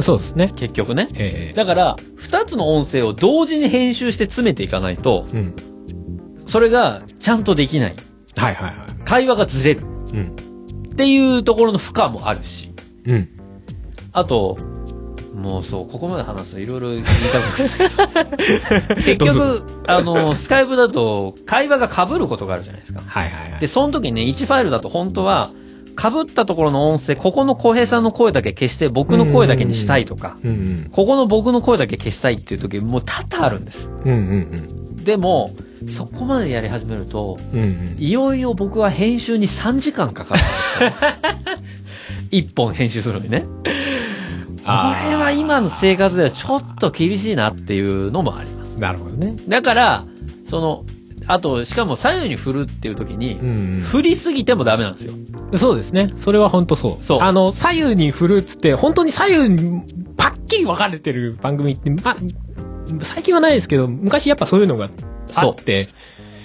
そうですね。結局ね。ええだから、2つの音声を同時に編集して詰めていかないと、うん。それがちゃんとできない。はいはいは会話がずれる。い。うん。っていうところの負荷もあるし。うん。あと、もうそう、ここまで話すといろいろ言いたくない。 結どう局、あの、スカイプだと会話が被ることがあるじゃないですか。はいはいはい。で、その時にね、1ファイルだと本当は、被ったところの音声、ここの浩平さんの声だけ消して、僕の声だけにしたいとか、うんうん。ここの僕の声だけ消したいっていう時、もう多々あるんです。うんうんでも、そこまでやり始めると、うん。うんうん。いよいよ僕は編集に3時間かかるんですよ。1本編集するのにね。これは今の生活ではちょっと厳しいなっていうのもあります。なるほどね。だから、その、あと、しかも左右に振るっていう時に、ん振りすぎてもダメなんですよ。そうですね。それは本当そう。そうあの、左右に振るっつって、本当に左右にパッキリ分かれてる番組って、まあ、最近はないですけど、昔やっぱそういうのがあって、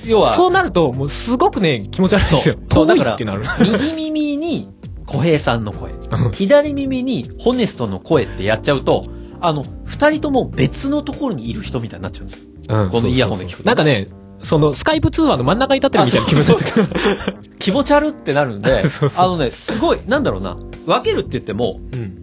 要は、そうなると、もうすごくね、気持ち悪いんですよ。そう遠いだからってなる。右耳に小平さんの声、左耳にホネストの声ってやっちゃうと、あの、二人とも別のところにいる人みたいになっちゃうんですよ。うんこのイヤホンで聞くとなんかね、その、スカイプ通話の真ん中に立ってるみたいな気分になってくる。気持ち悪ってなるん で、そうそうあのね、すごい、なんだろうな、分けるって言っても、うん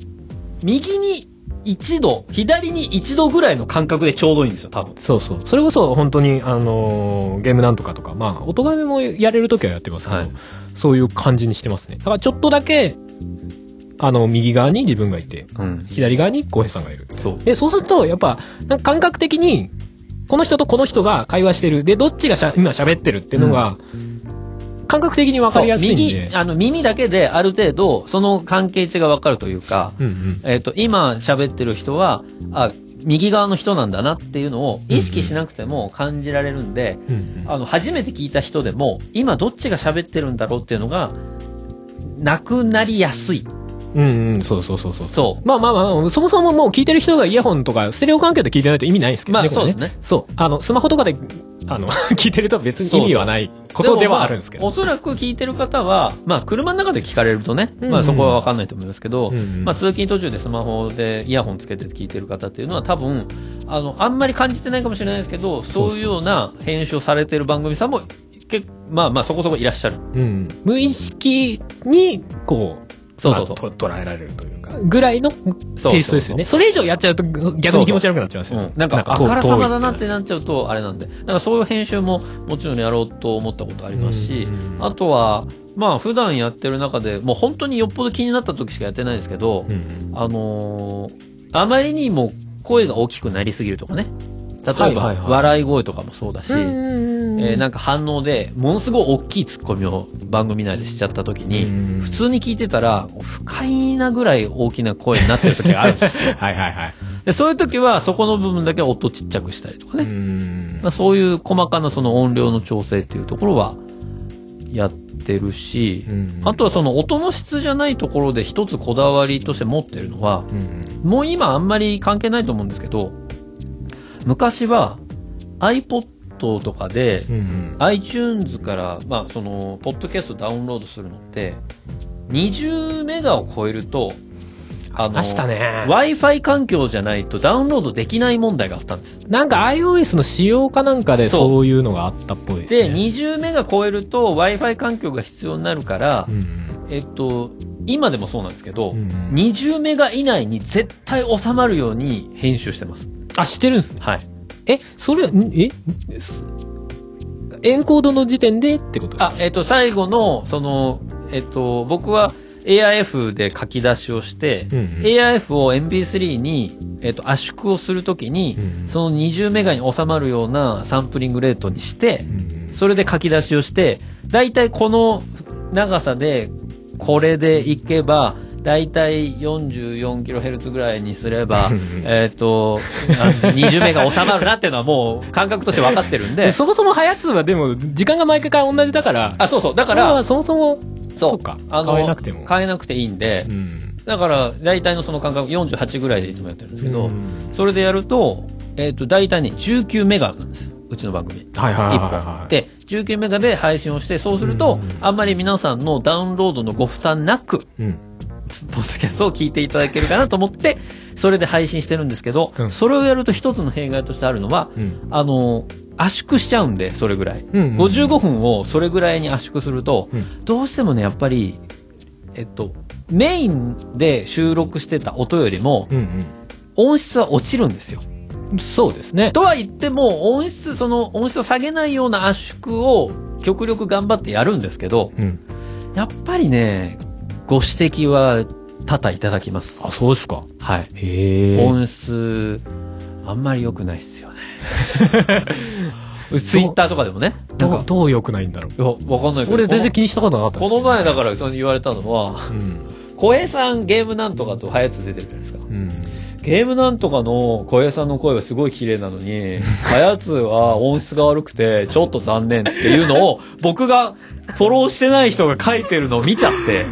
右に一度、左に一度ぐらいの感覚でちょうどいいんですよ、多分。そうそう。それこそ、本当に、あのーゲームなんとかとか、まあ、音がめもやれるときはやってますけど、はいそういう感じにしてますね。だから、ちょっとだけ、あの、右側に自分がいて、うん。左側に浩平さんがいる。そう。で、そうすると、やっぱ、なんか感覚的に、この人とこの人が会話してる。で、どっちがしゃ今喋ってるっていうのが、感覚的に分かりやすいん右で。、あの、耳だけである程度、その関係値がわかるというか、うんうん。えっ、と、今喋ってる人は、あ、右側の人なんだなっていうのを意識しなくても感じられるんで、うんうんあの、初めて聞いた人でも、今どっちが喋ってるんだろうっていうのが、なくなりやすい。うんうん、そうそうそうそう。そまあまあまあ、そもそももう聞いてる人がイヤホンとか、ステレオ環境で聞いてないと意味ないんですけどね。まあこれそうですねそう。あの、スマホとかで、あの、聞いてると別に意味はないことではあるんですけど。もまあおそらく聞いてる方は、まあ、車の中で聞かれるとね、まあ、そこはわかんないと思いますけど、うんうんまあ、通勤途中でスマホでイヤホンつけて聞いてる方っていうのは多分、あの、あんまり感じてないかもしれないですけど、そういうような編集をされてる番組さんも、けまあまあ、そこそこいらっしゃる。うん無意識に、こう、そうそうそまう。あと捉えられるというか、ぐらいのテイストですよね。それ以上やっちゃうと逆に気持ち悪くなっちゃいますようん、なんか、あ遠からさまだなっ遠ていなっちゃうと、あれなんで。なんかそういう編集ももちろんやろうと思ったことありますしうんう、んあとは、まあ普段やってる中で、もう本当によっぽど気になった時しかやってないですけど、うんうんあのーあまりにも声が大きくなりすぎるとかね。例えば、はいはいはい笑い声とかもそうだし、えーえーなんか反応で、ものすごい大きいツッコミを番組内でしちゃった時うに、ん普通に聞いてたら、不快なぐらい大きな声になってる時があるん ですよはいはいはい。でそういう時は、そこの部分だけ音ちっちゃくしたりとかね。うんまあ、そういう細かなその音量の調整っていうところはやってるし、うんあとはその音の質じゃないところで一つこだわりとして持ってるのは、うんもう今あんまり関係ないと思うんですけど、昔は iPod とかで、うん iTunes から、まあ、その、ポッドキャストダウンロードするのって、20メガを超えると、あましたね Wi-Fi 環境じゃないとダウンロードできない問題があったんです。なんか iOS の仕様かなんかでそうそういうのがあったっぽいですね。で、20メガ超えると Wi-Fi 環境が必要になるから、うんえっと、今でもそうなんですけど、うんうん20メガ以内に絶対収まるように編集してます。あ、してるんですねはい。え、それ、んえすエンコードの時点でってことですかあ、えっと、最後の、その、えっと、僕は AIF で書き出しをして、うんうん AIF を MP3 に、えっと、圧縮をするときに、うんうんその20メガに収まるようなサンプリングレートにして、うんそれで書き出しをして、だいたいこの長さで、これでいけば、だいたい 44kHz ぐらいにすればうん、えっと、あの20メガ収まるなっていうのはもう感覚として分かってるん でで、そもそも早通はでも、時間が毎回同じだから、あ、そうそう、だかこれらは、そもそも、そうか。あの変えなくても。変えなくていいんでう、ん。だから、大体のその感覚48ぐらいでいつもやってるんですけどうん、それでやると、えっと、大体ね、19メガなんですよ。うちの番組。はいはいはいはい一は本い。で、19メガで配信をして、そうすると、あんまり皆さんのダウンロードのご負担なく、うん。ポッドキャストを聞いていただけるかなと思って、それで配信してるんですけど、うんそれをやると一つの弊害としてあるのは、うんあの、圧縮しちゃうんで、それぐらい。んうんうん55分をそれぐらいに圧縮すると、うんどうしてもね、やっぱり、えっと、メインで収録してた音よりも、うん音質は落ちるんですよ。うん。そうですね。とは言っても、音質、その音質を下げないような圧縮を極力頑張ってやるんですけど、うん。やっぱりね、ご指摘は多々いただきます。あ、そうですか。はい。へえ。音質、あんまり良くないっすよ ね。ツイッターとかでもね。なんどうか、どう良くないんだろう。いや、わかんないけど。俺全然こ気にしたことなかったのですこの前だからその言われたのは、 うん。小江さんゲームなんとかとハヤツ出てるじゃないですか。うん。ゲームなんとかの小江さんの声はすごい綺麗な のに、ハヤツは音質が悪くて、ちょっと残念っていうのを、 僕がフォローしてない人が書いてるのを見ちゃって、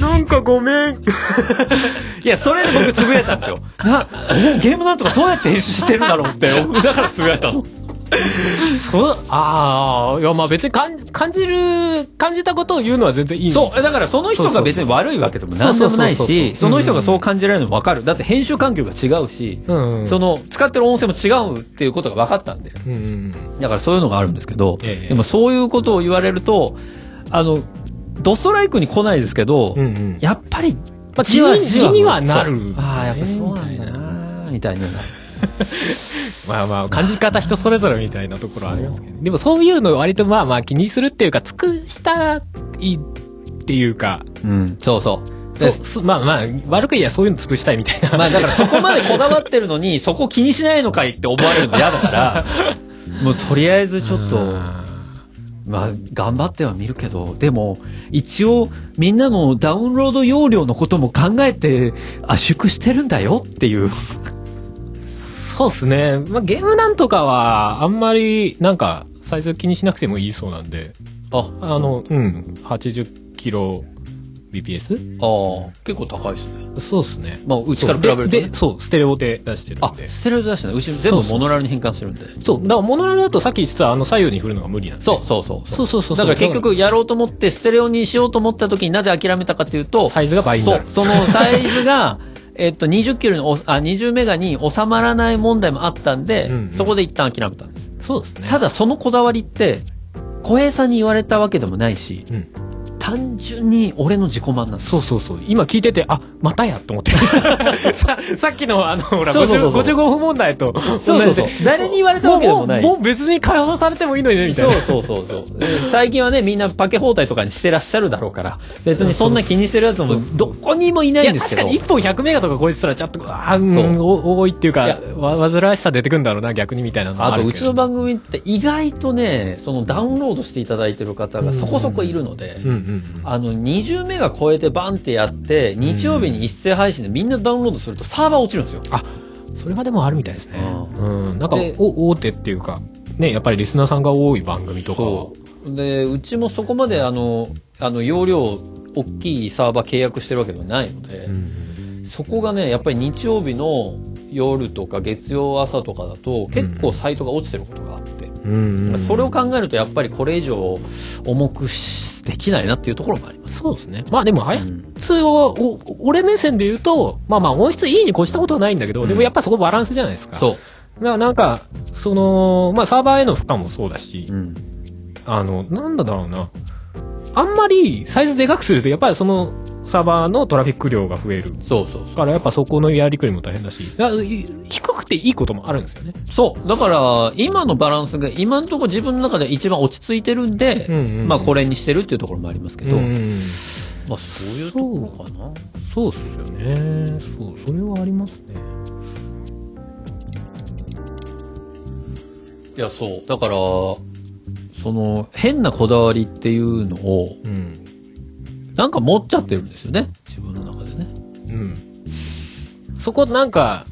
なんかごめん。いや、それで僕つぶやいたんですよ。な、ゲームなんとかどうやって編集してるんだろうって、だからつぶやい たの。そう、ああ、いや、まあ別に感じ感じる、感じたことを言うのは全然いいんですそう、だからその人が別に悪いわけでも何でもないそうそうそうそし、うその人がそう感じられるのもわかる。だって編集環境が違うし、うんうんその使ってる音声も違うっていうことが分かったんで。うんうんだからそういうのがあるんですけど、ええでもそういうことを言われると、あの、ドストライクに来ないですけど、うんうんやっぱり、まあじわじわ気にはなるそうああ、やっぱそうなんだな、みたいな。まあまあ、感じ方人それぞれみたいなところはありますけどね、でもそういうの割とまあまあ気にするっていうか、尽くしたいっていうか、うん、そうそう。そうすまあまあ、悪く言えばそういうの潰したいみたいな。まあだからそこまでこだわってるのに、そこ気にしないのかいって思われるの嫌だ から、もうとりあえずちょっと、まあ頑張ってはみるけど、でも一応みんなのダウンロード容量のことも考えて圧縮してるんだよっていう。 そうですね。まあ、ゲームなんとかは、あんまり、なんか、サイズ気にしなくてもいいそうなんで、あ、あの、うん、80キロ BPS? あ結構高いですね。そうですね。まあうちそうから比べると、でで、そう、ステレオで出してるあん、で。ステレオ出してない。うち全部モノラルに変換するんで。そう、だからモノラルだとさっき言ってたあの左右に振るのが無理なんで。そうそうそう。そうそうそうそう。だから結局やろうと思ってステレオにしようと思った時になぜ諦めたかというと、サイズが倍になるそうそのサイズが、 えっと、20キロにお、あ、20メガに収まらない問題もあったんで、うんうんそこで一旦諦めたんです。そうですね。ただそのこだわりって、小平さんに言われたわけでもないし、うん単純に俺の自己満なん です。そうそうそう。今聞いてて、あ、またやと 思って。さ、さっきのあの、ほら、そうそうそうそう50 55分問題と同じで。そうそうそう誰に言われたわけでもないもううう別に解放されてもいいのにね、みたいそうな。そうそうそう。で最近はね、みんなパケ包帯とかにしてらっしゃるだろうから、別にそんな気にしてるやつもどこにもいないんいでや、す確けど。かに1本100メガとかこいつらちょっと、あーうそん、うお多いっていういかや、わ、煩わしさ出てくんだろうな、逆にみたいなのもあるけと、うどちの番組って意外とね、そのダウンロードしていただいてる方がそこそこいるので、うんうんうん。あの、20メガ超えてバンってやって、日曜日に一斉配信でみんなダウンロードするとサーバー落ちるんですよ。それはでもあるみたいですね。ううん。なんかで、お大手っていうか、ね、やっぱりリスナーさんが多い番組とかはう。で、うちもそこまであの、あの、容量、大きいサーバー契約してるわけではないので、そこがね、やっぱり日曜日の夜とか月曜朝とかだと、結構サイトが落ちてることがあって、うんうん。それを考えるとやっぱりこれ以上重くしできないなっていうところもあります。そうですね。まあでも、あやうんつは、お、俺目線で言うと、まあまあ音質いいに越したことはないんだけど、うんでもやっぱそこバランスじゃないですか。そだからなんか、その、まあサーバーへの負荷もそうだしう。、うん。あの、なんだろうな。あんまりサイズでかくすると、やっぱりそのサーバーのトラフィック量が増える。そうそうだからやっぱそこのやりくりも大変だし、だからい低くていいこともあるんですよね。そう。そう。だから、今のバランスが今のところ自分の中で一番落ち着いてるんで、うんうんまあこれにしてるっていうところもありますけど、うんまあそういうところかな。そうっすよね。そう、それはありますね。いや、そう。だから、その、変なこだわりっていうのを、うん。なんか持っちゃってるんですよね。自分の中でね。うん。そこなんか、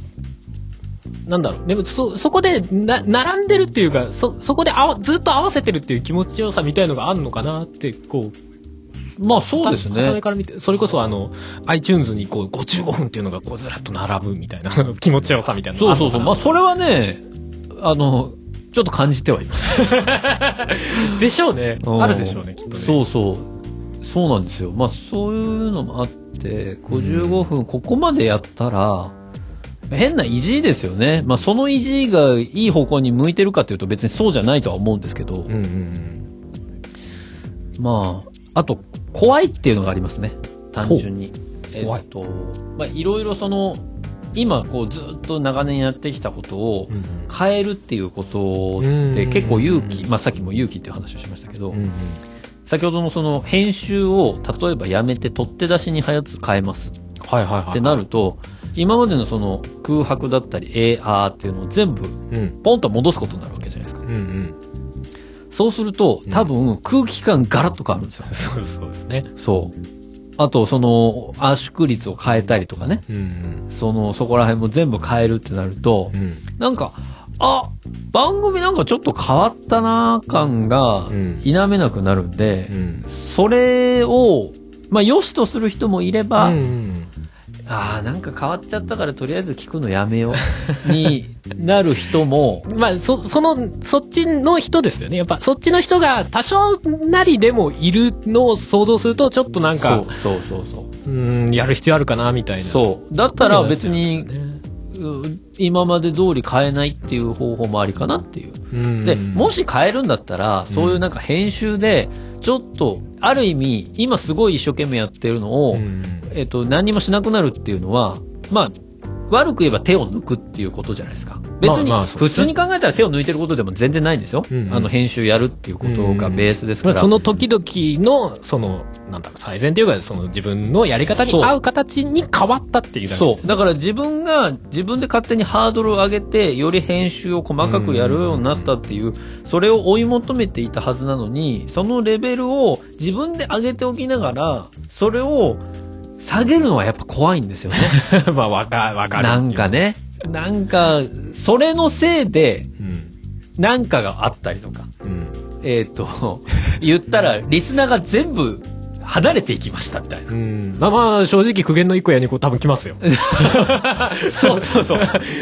なんだろう。でも、そ、そこで、な、並んでるっていうか、そ、そこであわ、ずっと合わせてるっていう気持ちよさみたいのがあるのかなって、こう、まあそうですた傍目ね。から見て、それこそあの、iTunes にこう、55分っていうのがこうずらっと並ぶみたいな 気持ちよさみたいなのそがうそうそう。まああるのかそれはね、あの、ちょっと感じてはいます。なでしょうね。うんあるでしょうね、きっとね。そうそう。そうなんですよ。まあそういうのもあって、55分ここまでやったら、変な意地ですよね。まあその意地がいい方向に向いてるかというと別にそうじゃないとは思うんですけど、うんうんうん。まあ、あと、怖いっていうのがありますね。単純に。え怖いっと、まあいろいろその、今こうずっと長年やってきたことをうん変えるっていうことって結構勇うんうんう気、んまあさっきも勇気っていう話をしましたけど、うん。うんうん先ほどのその編集を例えばやめて取っ手出しに早く変えますっはいはいはい。てなると、今までのその空白だったり AR っていうのを全部うん。ポンと戻すことになるわけじゃないですか。うんうん。そうすると多分空気感ガラッと変わるんですよ。 そうそうですね。そう。あとその圧縮率を変えたりとかね、うんそのそこら辺も全部変えるってなるとうん。う、ん。なんか、あ番組なんかちょっと変わったな感がうん否めなくなるんで、うん。それを、まあ、良しとする人もいれば、うんうんああ、なんか変わっちゃったからとりあえず聞くのやめよ うになる人も、まあ、そ、その、そっちの人ですよね。やっぱ、そっちの人が多少なりでもいるのを想像すると、ちょっとなんか、そうそうそうそう。うーん、やる必要あるかな、みたいな。そう。だったら別に、うん今まで通り変えないっていう方法もありかなっていう。うん。で、もし変えるんだったら、そういうなんか編集で、ちょっと、ある意味、今すごい一生懸命やってるのを、うん、えっと、何にもしなくなるっていうのは、まあ、悪く言えば手を抜くっていうことじゃないですか。別に、まあまあそうで普すね通に考えたら手を抜いてることでも全然ないんですよ。うんうんあの、編集やるっていうことがベースですかまあ、ら。その時々の、その、なんだろう、最善というか、その自分のやり方に合う形に変わったっていうだけそう。だから自分が、自分で勝手にハードルを上げて、より編集を細かくやるようになったっていう、それを追い求めていたはずなのに、そのレベルを自分で上げておきながら、それを下げるのはやっぱ怖いんですよね。ら、 まあ、わか、わかる。なんか。ね。なんか、それのせいで、うん。なんかがあったりとか。うん。えっ、と、言ったら、リスナーが全部離れていきましたみたいな。うん。まあまあ、正直苦言の一個や二個多分来ます よ。 そうそうそう。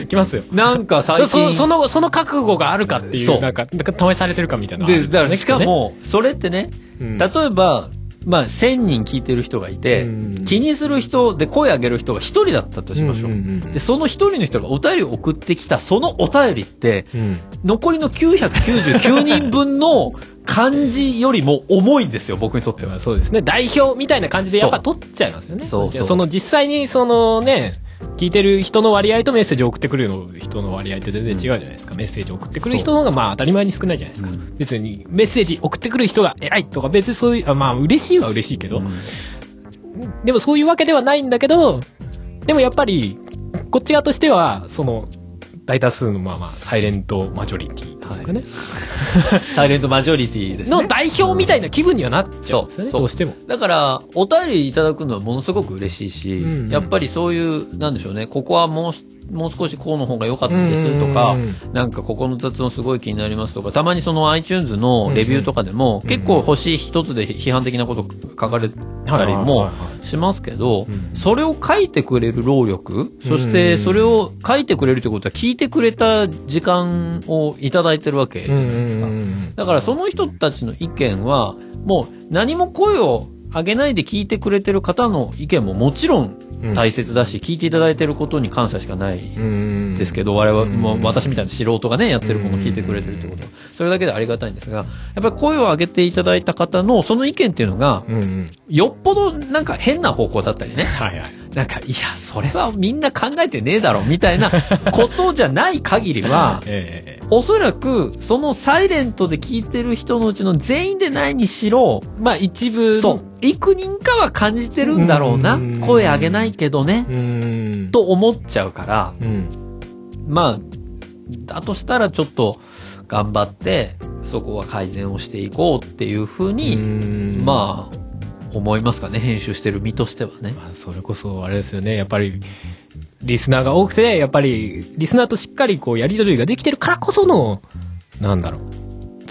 来ますよ。なんか最そ近。その、その覚悟があるかっていそうう、なんか、なんか試されてるかみたいなのあるんで、すよね。だからしかきっとね、も、それってね、うん例えば、まあ、1000人聞いてる人がいて、うん気にする人で声上げる人が1人だったとしましょう。うんうんうんで、その1人の人がお便りを送ってきた、そのお便りって、うん。残りの999人分の漢字よりも重いんですよ、僕にとっては。そうですね。代表みたいな感じでやっぱ取っちゃいますよね。そうそうその実際にそのね、聞いてる人の割合とメッセージを送ってくるの人の割合って全然違うじゃないですか。メッセージを送ってくる人の方がまあ当たり前に少ないじゃないですか。別にメッセージ送ってくる人が偉いとか別にそういう、あまあ嬉しいは嬉しいけど、でもそういうわけではないんだけど、でもやっぱり、こっち側としては、その、大多数のまあまあ、サイレントマジョリティというかね、サイレントマジョリティですね。の代表みたいな気分にはなっちゃうんですよね、そうそうどうしても。だから、お便りいただくのはものすごく嬉しいし、うんうんやっぱりそういう、なんでしょうね、ここはもうし、もう少しこうの方が良かったですとか、うんうんなんかここの雑音すごい気になりますとか、たまにその iTunes のレビューとかでも、結構星一つで批判的なこと書かれたはりいはいもはしますけどう、んそれを書いてくれる労力、そしうんうてんそれを書いてくれるということは聞いてくれた時間をいただいてるわけじゃないですか。だからその人たちの意見は、もう何も声を上げないで聞いてくれてる方の意見ももちろん大切だし、聞いていただいてることに感謝しかないうんですけど、我々、もうん私みたいな素人がね、やってる子も聞いてくれてるってことは、それだけでありがたいんですが、やっぱり声を上げていただいた方のその意見っていうのが、うんうんよっぽどなんか変な方向だったりね、はいはい。、なんか、いや、それはみんな考えてねえだろ、みたいなことじゃない限りは ええおそらく、そのサイレントで聞いてる人のうちの全員でないにしろ、まあ一部。そう、幾人かは感じてるんだろうなうん。声上げないけどね。う。ん。と思っちゃうから、うん。まあ、だとしたらちょっと頑張って、そこは改善をしていこうっていうふうに、ままあ、思いますかね。編集してる身としてはねあ、。まあそれこそあれですよね。やっぱり、リスナーが多くて、やっぱり、リスナーとしっかりこう、やりとりができてるからこその、なんだろう、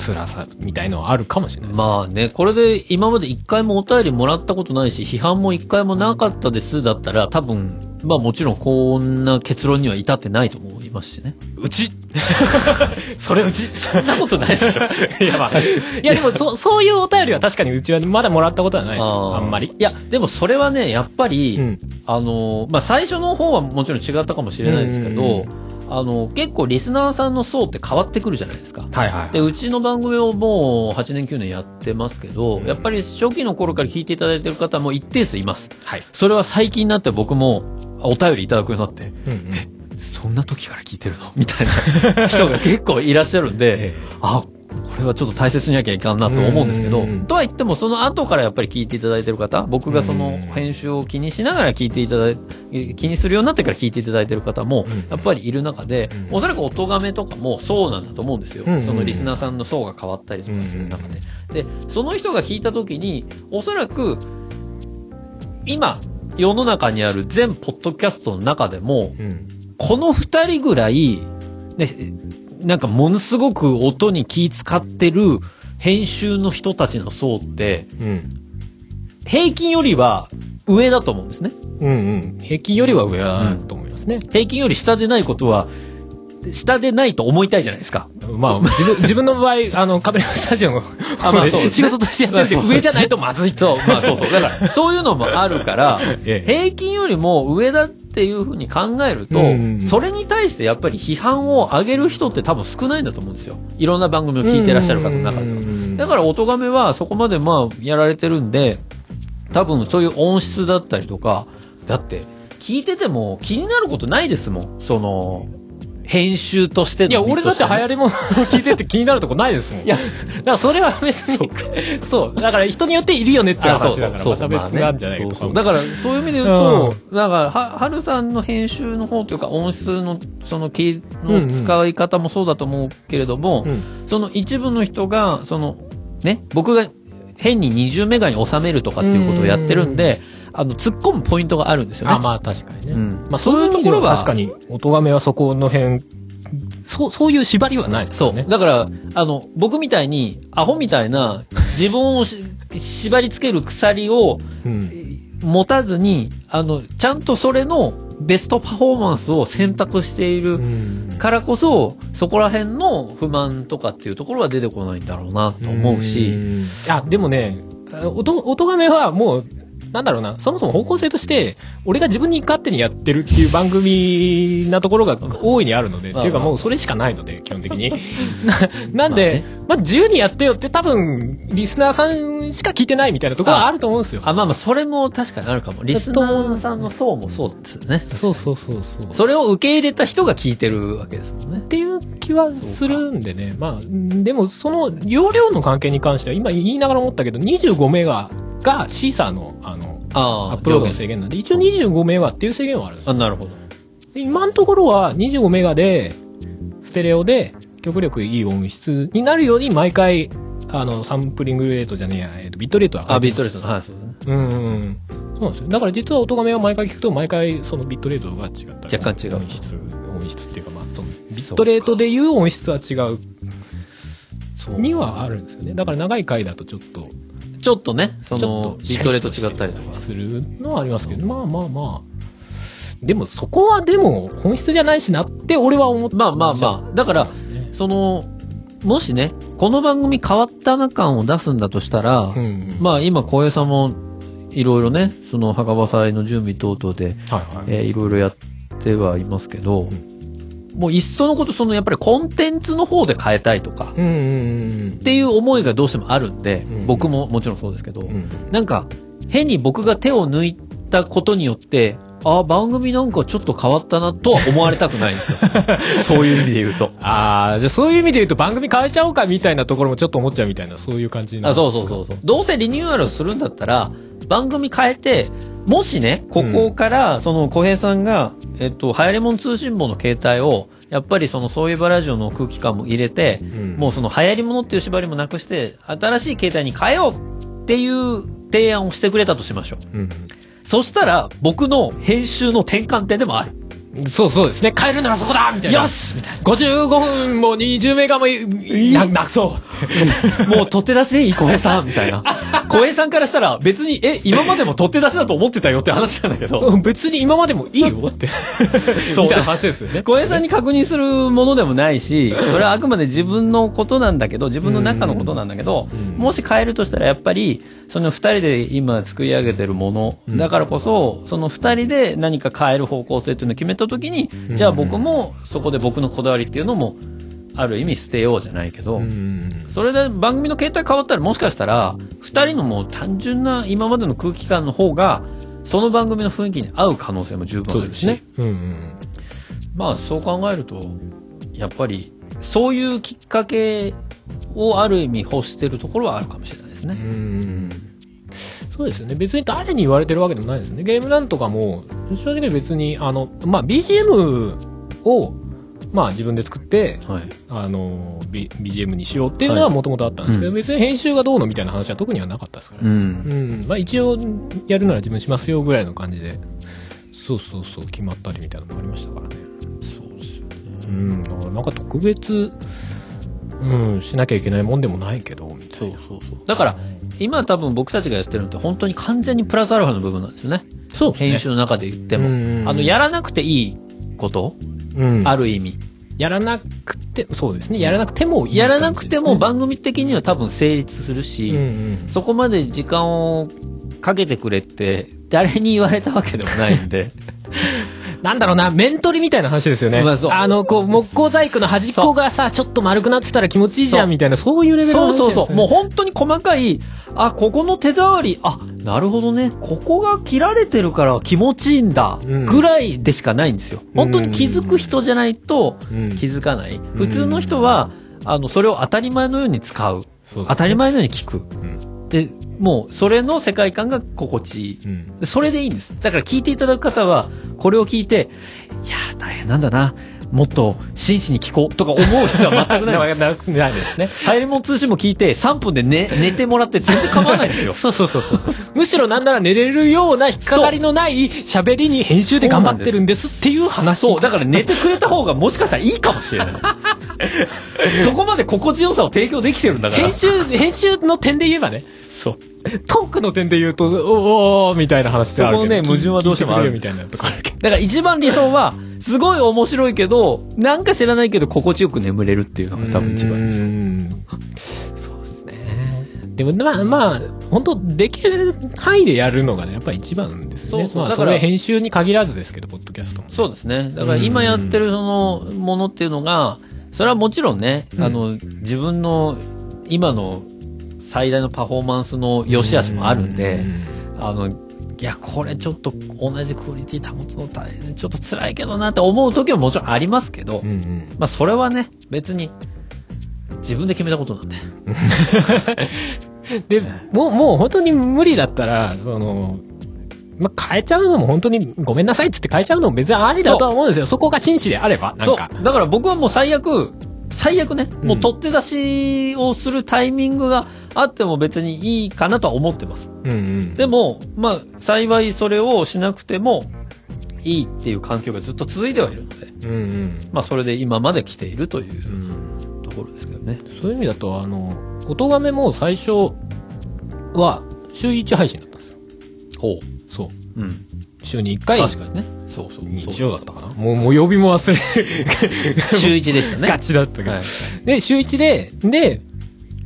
辛さみたいのはあるかもしれない。まあね、これで今まで一回もお便りもらったことないし、批判も一回もなかったですだったら、多分、まあもちろんこんな結論には至ってないと思いますし ね。うちそれうち そんなことないでしょ。いや、まあ、いやでも、そ、そういうお便りは確かにうちはまだもらったことはないです。ーあんまり。いや、でもそれはね、やっぱり、うんあの、まあ最初の方はもちろん違ったかもしれないですけど、うんうんあの、結構リスナーさんの層って変わってくるじゃないですか。はいはで、うちの番組をもう8年9年やってますけど、やっぱり初期の頃から聞いていただいてる方も一定数います。はい。それは最近になって僕もお便りいただくようになって、うんうんそんな時から聞いてるのみたいな人が結構いらっしゃるんで ええ、あ、これはちょっと大切になきゃいかんなと思うんですけうどんうんうん、とは言ってもその後からやっぱり聞いていただいてる方、僕がそうんうのん編集を気にしながら聞いていただい、気にするようになってから聞いていただいてる方もうんうん、やっぱりいる中で、うんおそらく音がめとかもそうなんだと思うんですようんうんう。んそのリスナーさんの層が変わったりとかする中で。で、その人が聞いた時に、おそらく今、世の中にある全ポッドキャストの中でも、うん。この二人ぐらい、ね、なんかものすごく音に気使ってる編集の人たちの層って、うん。平均よりは上だと思うんですね。うんうん。平均よりは上だと思いますね。平均より下でないことは、下でないと思いたいじゃないですか。まあ、自分、自 分の場合、あの、カメラスタジオの、あまあそう仕事としてやってるんでまあそう上じゃないとまずいと。まあそうそう。だから、そういうのもあるから、 ええ平均よりも上だっていうふうに考えると、うんそれに対してやっぱり批判を上げる人って多分少ないんだと思うんですよ。いろんな番組を聞いてらっしゃる方の中では。だから、音がめはそこまでまあ、やられてるんで、多分そういう音質だったりとか、だって、聞いてても気になることないですもん。その、編集としてのいや、俺だって流行り。りものを聞いてて気になるとこないですもん。いや、だからそれは別に、そう。だから人によっているよねってあ、そう話そだうから、そうまそたう。別なんじゃないまかあねとそうそうか。だから、そういう意味で言うと、だから、は、はるさんの編集の方というか、音質の、その、キーうんうのん使い方もそうだと思うけれども、うんその一部の人が、その、ね、僕が変に20メガに収めるとかっていうことをやってるんで、あの、突っ込むポイントがあるんですよね。あ、まあ確かにね。うんまあそういうところは、確そうかに、音がめはそこの辺、そう、そういう縛りはないですそよう。ね。だから、あの、僕みたいに、アホみたいな、自分をし縛り付ける鎖をうん。持たずに、あの、ちゃんとそれのベストパフォーマンスを選択していうるんからこそ、そこら辺の不満とかっていうところは出てこないんだろうなと思うし、ん。あ、でもね、音、音がめはもう、なんだろうな、そもそも方向性として、俺が自分に勝手にやってるっていう番組なところが大いにあるので、っまあていうかまあもうそれしかないので、基本的 に。ななんで、まあ自由にやってよって多分、リスナーさんしか聞いてないみたいなところはあると思うんですよ。あ、まあまあ、それも確かにあるかも。リスナーさんの層もそうですね。そうそうそうそう。それを受け入れた人が聞いてるわけですもんねっ。ていう気はするんでね。まあ、でもその容量の関係に関しては、今言いながら思ったけど、25メガがシーサーの、あの、あアあ、ップロードの制限なんで、一応25メガっていう制限はあるんですよあ、なるほど。で今のところは25メガで、ステレオで、極力いい音質になるように、毎回、あの、サンプリングレートじゃねえや、えっと、ビットレートはあ、ビートレートの話ですね。うんうんうん。そうなんですよ。だから実は音がめを毎回聞くと、毎回そのビットレートが違ったり。若干違う音質、音質っていうか、まあ、その、ビビットレートでいう音質は違うそうにはあるんですよね。だから長い回だとちょっと、ちょっとね、そちょっのと、ビットレート違ったりとか。するのはありますけど、まあまあまあ。でもそこはでも本質じゃないしなって俺は思ってまあまあまあ、だから、その、もしね、この番組変わったな感を出すんだとしたら、うん。まあ今、小江さんも、いろいろね、その、墓場祭の準備等々で、あ、はいはい。えーいろいろやってはいますけど、もういっそのこと、その、やっぱりコンテンツの方で変えたいとか、うんうんっていう思いがどうしてもあるんで、うん僕ももちろんそうですけど、うんうん。なんか、変に僕が手を抜いたことによって、ああ、番組なんかちょっと変わったなとは思われたくないん ですよ。そういう意味で言うと。ああ、じゃあそういう意味で言うと番組変えちゃおうかみたいなところもちょっと思っちゃうみたいな、そういう感じになあるそうそうそうそう。どうせリニューアルするんだったら、番組変えて、もしね、ここから、その、小平さんが、えっと、流行りもん通信簿の携帯を、やっぱりその、そういうバラジオの空気感も入れて、んもうその、流行りものっていう縛りもなくして、新しい携帯に変えようっていう提案をしてくれたとしましょう。うんそしたら、僕の編集の転換点でもある。うんそうそうですね。変えるならそこだみたいな。よしみたい55分も20メガもいいななくそうってな。もう取って出しでいい、小平さんみたいな。小平さんからしたら、別に、え、今までも取って出しだと思ってたよって話なんだけど。うん別に今までもいいよ って。そうみたいな話ですよね。小平さんに確認するものでもないし、それはあくまで自分のことなんだけど、自分の中のことなんだけど、もし変えるとしたらやっぱり、その二人で今作り上げてるもの、だからこそ、その二人で何か変える方向性っていうのを決めたときに、じゃあ僕もそこで僕のこだわりっていうのも、ある意味捨てようじゃないけど、それで番組の形態変わったらもしかしたら、二人のもう単純な今までの空気感の方が、その番組の雰囲気に合う可能性も十分あるし。ね。うんうん。まあそう考えると、やっぱり、そういうきっかけをある意味欲してるところはあるかもしれないですね。うんそうですよね。別に誰に言われてるわけでもないですよね。ゲームなんとかも、正直別に、あの、まあ、BGM を、まあ、自分で作って、はい。あの、B、BGM にしようっていうのははいもともとあったんですけど、うん別に編集がどうのみたいな話は特にはなかったですからうね。ん。うん。まあ、一応、やるなら自分しますよぐらいの感じで、そうそうそう、決まったりみたいなのもありましたからね。そうですよね。うん。だからなんか特別、うん、しなきゃいけないもんでもないけど、みたそいうな。そうそう。だから、今多分僕たちがやってるのって本当に完全にプラスアルファの部分なんですよね。そうですね編集の中で言っても。うんあの、やらなくていいこと、うんある意味。やらなくて、そうですね。やらなくてもいいやらなくても感番組的には多分成立するじでし、すねうんうん。そこまで時間をかけてくれって、誰に言われたわけでもないんで。なんだろうな、面取りみたいな話ですよね。まあそうあの、こう、木工細工の端っこがさ、ちょっと丸くなってたら気持ちいいじゃそうんみたいな、そういうレベルの話そうそうですそよう。ねもう本当に細かい、あ、ここの手触り、あ、なるほどね。ここが切られてるから気持ちいいんだ。うんぐらいでしかないんですよ。本当に気づく人じゃないとうん気づかない。普通の人は、あの、それを当たり前のように使う。そうだね当たり前のように聞く。うんで、もう、それの世界観が心地いい。うんでそれでいいんです。だから聞いていただく方は、これを聞いて、いやー大変なんだな。もっと真摯に聞こうとか思う 必要は全くないです。なくないですね。入りも通信も聞いて3分で寝、寝てもらって全然構わないんです よ。そうそうそうそう。むしろなんなら寝れるような引っかかりのない喋りに編集で頑張ってるんですっていう話。そう、だから寝てくれた方がもしかしたらいいかもしれない。 そこまで心地よさを提供できてるんだから編。集、編集の点で言えばね。そう。トークの点で言うと、おーおーみたいな話ってあるけどそこね矛盾はどうしてもある聞いてくれみたいなとこあるけど。だから一番理想は、すごい面白いけど、なんか知らないけど心地よく眠れるっていうのが多分一番。番。でもまあまあ本当できる範囲でやるのがねやっぱり一番ですねそうそうまあだそかられ編集に限らずですけどポッドキャストもそうですね。だから今やってるそのものっていうのが、それはもちろんね、あの、自分の今の最大のパフォーマンスの良し悪しもあるんで、あの、いや、これちょっと同じクオリティ保つの大変、ちょっと辛いけどなって思う時はもちろんありますけど、うんうんまあそれはね、別に自分で決めたことなんで。でもうもう本当に無理だったらそのまあ変えちゃうのも本当にごめんなさいっつって変えちゃうのも別にありだとは思うんですよそこが真摯であればなんそう。かだから僕はもう最悪、最悪ね、んもう取って出しをするタイミングがあっても別にいいかなとは思ってます。うんうん。でも、まあ幸いそれをしなくてもいいっていう環境がずっと続いてはいるので、うんうん。まあそれで今まで来ているといううんところですけどね。そういう意味だとあの音がめも最初は週1配信だったんですよほう。そううん。週に1回確かにね。そうそう。日曜だったかなもう、もう曜日も忘れ、週一でしたね。ガチだったけど、はい。で、週1で、で、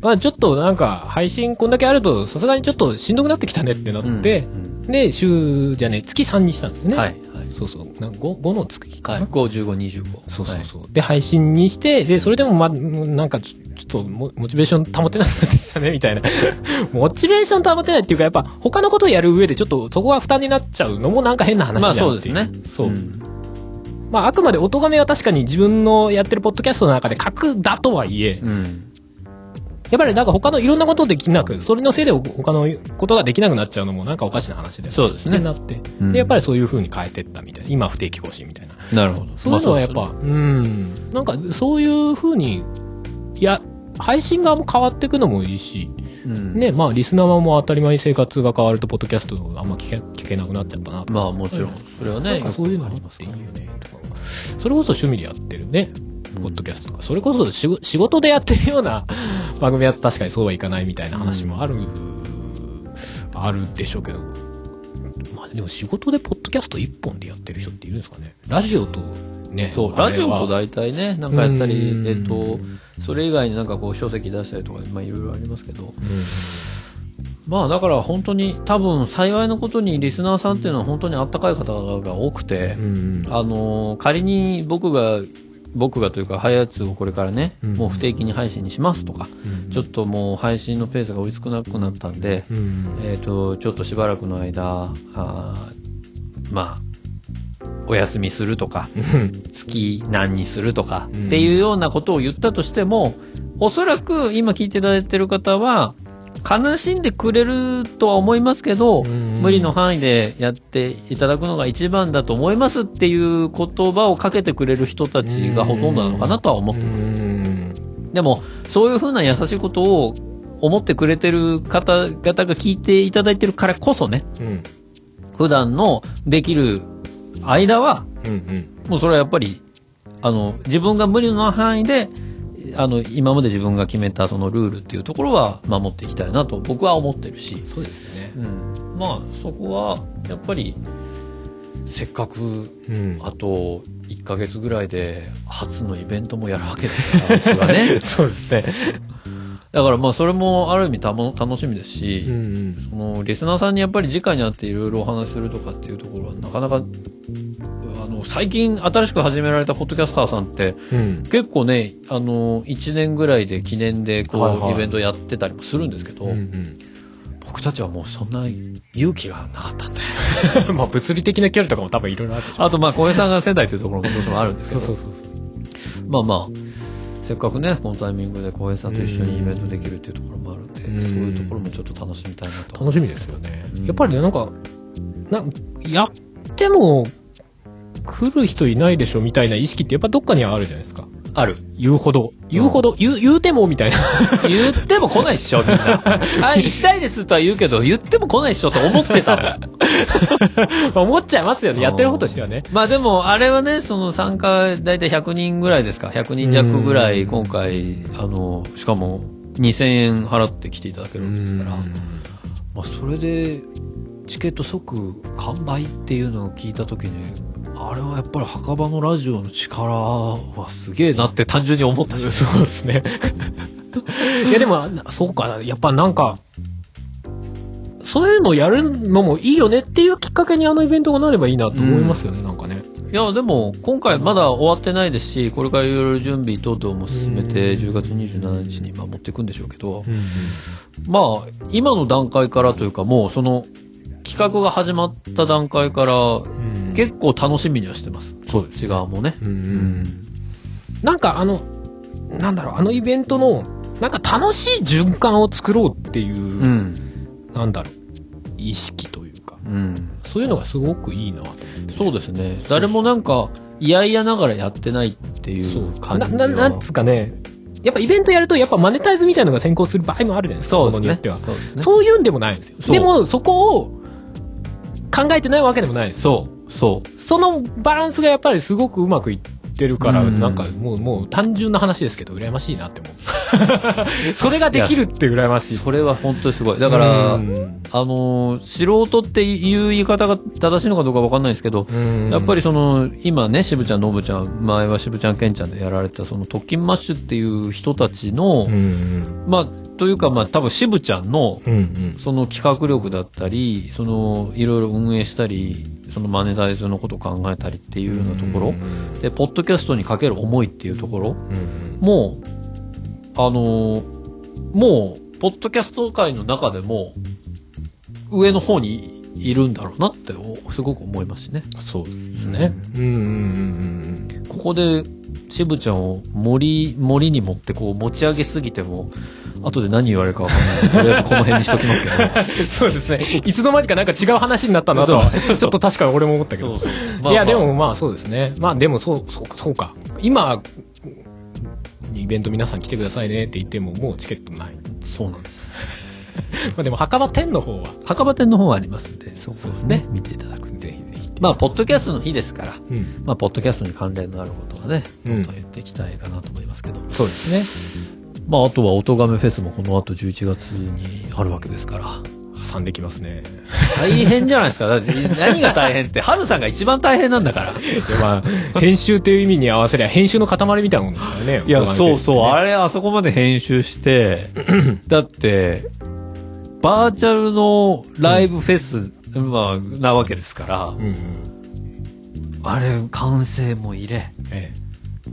まあちょっとなんか配信こんだけあるとさすがにちょっとしんどくなってきたねってなって、うんで、週じゃね、月3にしたんですね。はい。はい。そうそう。なんか 5, 5の月か。はい。55、25。そうそうう。そう、で、配信にして、で、それでもま、なんかちょちょっとモモチベーション保てなくなってきたねみたいな。 モチベーション保てないっていうかやっぱ他のことをやる上でちょっとそこが負担になっちゃうのもなんか変な話まあだそうなっでてすいう。ね。そう。んまああくまで音亀は確かに自分のやってるポッドキャストの中で格だとはいえ、うん。やっぱりなんか他のいろんなことできなく、それのせいで他のことができなくなっちゃうのもなんかおかしな話だよね。そうですねってなって。うんで、やっぱりそういう風に変えてったみたいな。今不定期更新みたいな。なるほど。そういうのはやっぱ、まあうん。なんかそういう風に、いや、配信側も変わっていくのもいいし、そうですねうんね、まあリスナーも当たり前に生活が変わると、ポッドキャストあんま聞け聞けなくなっちゃったなとまあもちろん。それはなねん、かそういうのありますよね。それこそ趣味でやってるね。ポッドキャストとか。それこそ仕事仕事でやってるような 番組は確かにそうはいかないみたいな話もある、あるでしょうけど。まあでも仕事でポッドキャスト一本でやってる人っているんですかね。ラジオとね。そう、あラジれオはと大体ね、なんかやったりう、んえっと、それ以外になんかこう書籍出したりとか、まあいろいろありますけど、まあだから本当に多分幸いのことにリスナーさんっていうのは本当にあったかい方が多くてう、んあのー、仮に僕が、僕がというか、ハイアーツをこれからね、うんもう不定期に配信にしますとか、ちょっともう配信のペースが追いつかなくなったんで、うん。えっ、と、ちょっとしばらくの間、あーまあ、お休みするとか、月何にするとか、うんっていうようなことを言ったとしても、おそらく今聞いていただいてる方は、悲しんでくれるとは思いますけど、うん無理の範囲でやっていただくのが一番だと思いますっていう言葉をかけてくれる人たちがほとんどなのかなとは思ってます。うんでも、そういうふうな優しいことを思ってくれてる方々が聞いていただいてるからこそね、うん。普段のできる間は、うん。もうそれはやっぱり、あの、自分が無理の範囲で、あの、今まで自分が決めたそのルールっていうところは守っていきたいなと僕は思ってるし、そうですね。うん、まあそこはやっぱり、せっかくうん。あと1ヶ月ぐらいで初のイベントもやるわけです から、うちはね。そうですね。だからまあそれもある意味たも楽しみですし、うん。そのリスナーさんにやっぱり直に会っていろいろお話しするとかっていうところはなかなかあの最近新しく始められたポッドキャスターさんってうん。結構ねあの1年ぐらイで記念でこう、はいはいイベントやってたりもするんですけど、うん。ポ僕たちはもうそんな勇気がなかったんで。 まあ物理的な距離とかも多分いろいろあるでしょ。あとまあ小平さんが仙台というところもどうしてもあるんですけそうど、そうそうそう。まあまあ、せっかくね、このタイミングで小平さんと一緒にイベントできるっていうところもあるんで、うんそういうところもちょっと楽しみたいなと。楽しみですよね。うんやっぱりね、なんか、なやっても来る人いないでしょみたいな意識ってやっぱどっかにはあるじゃないですか。ある。言うほど。言うほど、言う、言うてもみ たいな。言っても来ないっしょ、みん な。あ、行きたいですとは言うけど、言っても来ないっしょと思ってたん だ。思っちゃいますよね。やってる方としてはね。まあでも、あれはね、その参加、だいたい100人ぐらいですか。100人弱ぐらい、今回、あの、しかも、2000円払って来ていただけるんですから、まあそれで、チケット即完売っていうのを聞いたときに、あれはやっぱり墓場のラジオの力はすげえなって単純に思ったし。そうですね。いやでも、なそうか、やっぱなんか、そういうのやるのもいいよねっていうきっかけにあのイベントがなればいいなと思いますよね、なんかね。 いや、でも、今回まだ終わってないですし、これからいろいろ準備等々も進めて、うん10月27日にまあ持っていくんでしょうけど、まあ、今の段階からというか、もうその、企画が始まった段階から、結結構楽しみにはしてます。そうです。違うもね。構、なんかあの、なんだろう、あのイベントの、なんか楽しい循環を作ろうっていう、うん。なんだろう、意識というか、うん。そういうのがすごくいいなと思ってそうですね。誰もなんか、嫌々ながらやってないっていう感じなは。ななんつうかね、やっぱイベントやると、やっぱマネタイズみたいなのが先行する場合もあるじゃないですか、そうもですのによねっては。。そうですねそういうんでもないんですよ。そうでも、そこを考えてないわけでもないです。そう。そう。そのバランスがやっぱりすごくうまくいってるから、うんなんかもう、もう単純な話ですけど、羨ましいなって思 う。それができるって羨ましい。それは本当にすごい。だから、あのー素人っていう言い方が正しいのかどうかわかんないですけど、やっぱり、りその、今ね、渋ちゃん、ノブちゃん、前は渋ちゃん、ケンちゃんでやられてた、その、特勤マッシュっていう人たちの、まあ、というか、まあ、多分渋ちゃんの、その企画力だったり、その、いろいろ運営したり、そのマネタイズのことを考えたりっていうようなところ、で、ポッドキャストにかける思いっていうところ、もう、あのーもう、ポッドキャスト界の中でも、上の方にいるんだろうなって、おすごく思いますしね。そうですね。ここで、しぶちゃんを森、森に持ってこう持ち上げすぎても、後で何言われるかわかんない。とりあえずこの辺にしときますけど。 そうですね。いつの間にかなんか違う話になったなとは、ちょっと確かに俺も思ったけど。そうそう。いや、でも、まあそうですね。まあでもそう、そうそうか。今、イベント皆さん来てくださいねって言っても、もうチケットない。まそうなんです。あでも、墓場10の方は、墓場店の方はありますんで、そうですね。見ていただく。ぜひぜひ。まあ、ポッドキャストの日ですから、うん。まあ、ポッドキャストに関連のあることはね、うんもっと言っていきたいかなと思いますけど。そうですまあ、あとは、おとがめフェスもこの後11月にあるわけですから。ね。挟んできますね。 大変じゃないですか。だって何が大変って、ハルさんが一番大変なんだから。で、まあ、編集という意味に合わせりゃ、編集の塊みたいなもんですからね。いや、音楽そうフそう、ェスってねあれ、あそこまで編集 して、だって、バーチャルのライブフェス、まあ、なわけですから、うんうん。あれ、完成も入れ、え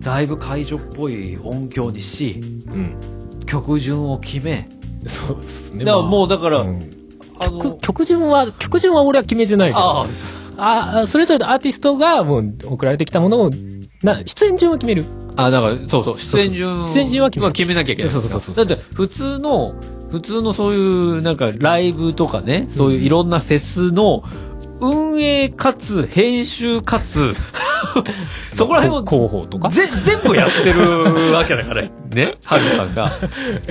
ライブ会場っぽい音響にえ。し、うん。曲順を決め、そうですね。だからまあもうだからんあ曲の、曲順は、曲順は俺は決めてないけど。ああ、ああ、それぞれのアーティストがもう送られてきたものを、な、出演順を決める。あ、だから、そうそう、出演順を出演順は決めるまあ決めなきゃいけない。そうそうそうそうだって、普通の、普通のそういう、なんか、ライブとかね、そういういろんなフェスの、運営かつ、編集かつ、そこら辺を、広報とか。ぜ、全部やってるわけだから、ね、ハルさん が。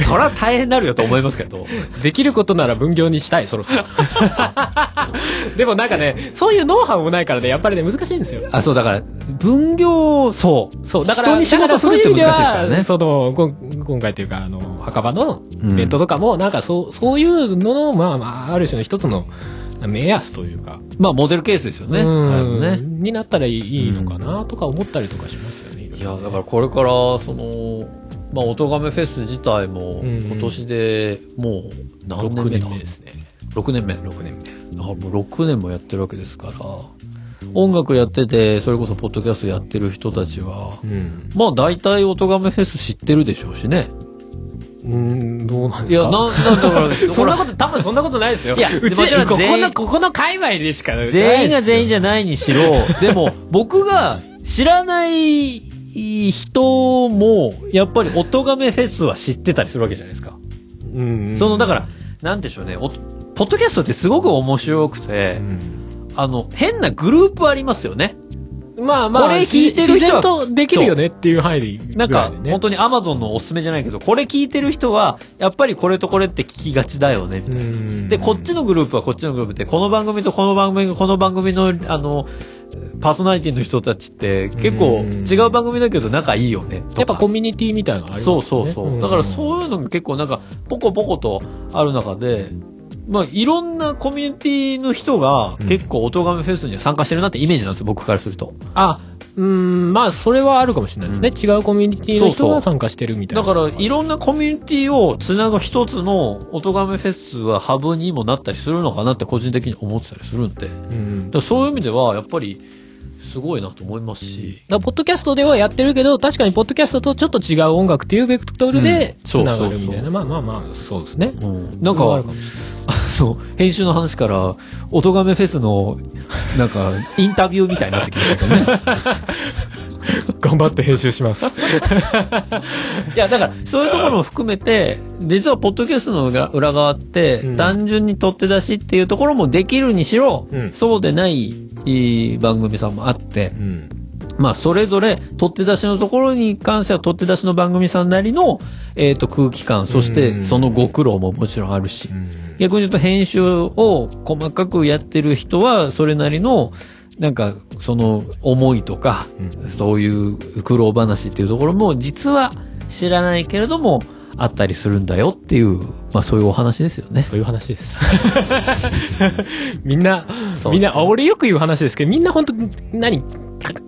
そりゃ大変になるよと思いますけど。できることなら分業にしたい、そろそ ろ。でもなんかね、そういうノウハウもないからね、やっぱりね、難しいんですよ。あ、そう、だから、分業、そう。そう、だから、人に仕事するって難しいですからねだ。そういう意味ではその、こん今回というか、あの、墓場のうんイベントとかも、なんかそう、そういうのの、まあまあ、ある種の一つの目安というか、まあ、モデルケースですよね。うんハルさんね。になったらいいのかな、とか思ったりとかしますよね。いや、だからこれから、その、まあ、おとがめフェス自体も、うんうん今年でもう、何6年目年だ目ですね。 6年目。だか6年目。らもう6年もやってるわけですから、音楽やってて、それこそポッドキャストやってる人たちは、うん。まあ、大体おとがめフェス知ってるでしょうしね。うん、どうそうなんでいすや、かなん、なんだからね、 そんなここと、多分そんなことないですよ。いやうもちろち、んここ全員の、ここの界隈でしか。れ全員が全員じゃゃない にしろ、でも、僕が知らない人も、やっぱり、おとがめフェスは知ってたりするわけじゃないですか。ないですよ。うん。その、だから、なんでしょうね、おポッドキャストってすごく面白くて、うん、あの、変なグループありますよね。まあまあ、これ聞いてる人は自然とできるよねっていう範囲で、なんぐらか、いでね本当に Amazon のおすすめじゃないけど、これ聞いてる人は、やっぱりこれとこれって聞きがちだよね、みたいなうんで、こっちのグループはこっちのグループで、この番組とこの番組がこの番組の、あの、パーソナリティの人たちって、結構うん違う番組だけど仲いいよね。やっぱこコミュニティみたいなのありますよそねうそうそう。だからそういうのが結構なんか、ポコポコとある中で、まあ、いろんなコミュニティの人がうん結構、おとがめフェスには参加してるなってイメージなんですよ、僕からすると。あ、うん、まあ、それはあるかもしれないですね。違うコミュニティの人そうそうが参加してるみたいだな。から、いろんなコミュニティをつなぐ一つの、おとがめフェスはハブにもなったりするのかなって個人的に思ってたりするんで。うんだからそういう意味ではやっぱりすごいなと思いますし、だからポッドキャストではやってるけど、確かにポッドキャストとちょっと違う音楽っていうベクトルでうんそう繋がるみたいそうそな。うまあまあまあ、そうですね。なんかそれはああるもしれないの編集の話から「おとがめフェス」のなんかインタビューみたいになってきましたけどね頑張って編集します。 いやだからそういうところも含めて実はポッドキャストの裏裏側って、うん単純に取って出しっていうところもできるにしろ、うんそうでないいい番組さんもあってう、ん。まあ、それぞれ、取って出しのところに関しては、取って出しの番組さんなりの、えっ、と、空気感、そしうて、んそのご苦労ももちろんあるしう、ん逆に言うと編集を細かくやってる人はそれなりのなんかその思いとか、うんそういう苦労話っていうところも実は知らないけれどもあったりするんだよっていう、まあそういうお話ですよね。そういう話です。みんな、そうみんな、あ俺よく言う話ですけど、みんな本当何か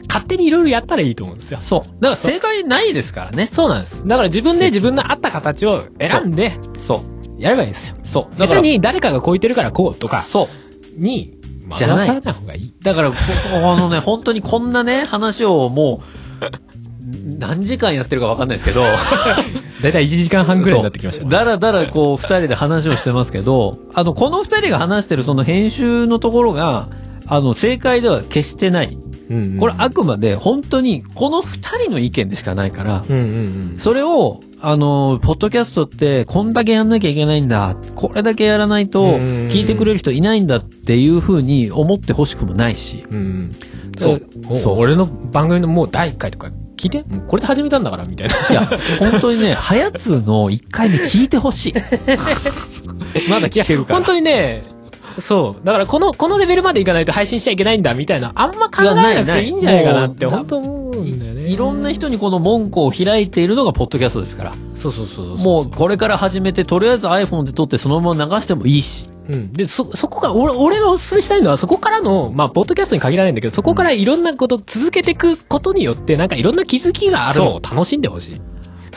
勝手にいろいろやったらいいと思うんですよ。そう。だから正解ないですからね。そうなんです。だから自分で自分の合った形を選んで、そう。やればいいんですよ。そう。下手に誰かがこう言ってるからこうとか、そう。に、じ邪ゃない魔されない方がいい。だから、ここ のね、本当にこんなね、話をもう、何時間やってるか分かんないですけど、 だいたい1時間半ぐらいになってきましそた。うだらだらこう、二人で話をしてますけど、あの、この二人が話してるその編集のところが、あの、正解では決してない。うんうんこれあくまで本当にこの二人の意見でしかないから、うんうんうん。それを、あの、ポッドキャストってこんだけやんなきゃいけないんだ、これだけやらないとうんうんうん聞いてくれる人いないんだっていうふうに思ってほしくもないし、うん。そうもそう俺の番組のもう第1回とか聞いて、もうこれで始めたんだから、みたいな。いや、本当にね、 はやつの一回目聞いてほしい。 まだ聞けるから。本当にね、そう。だからこの、このレベルまでいかないと配信しちゃいけないんだ、みたいな、あんま考えなくていいんじゃないかなって、いやない本ない当思うんだよね。いろんな人にこの門戸を開いているのがポッドキャストですから。そうそうそうそう。もうこれから始めて、とりあえず iPhone で撮ってそのまま流してもいいし。うん。で、そ、そこが、俺、俺がおすすめしたいのは、そこからの、まあ、ポッドキャストに限らないんだけど、そこからいろんなこと続けていくことによって、なんかいろんな気づきがあるのを楽しんでほしい。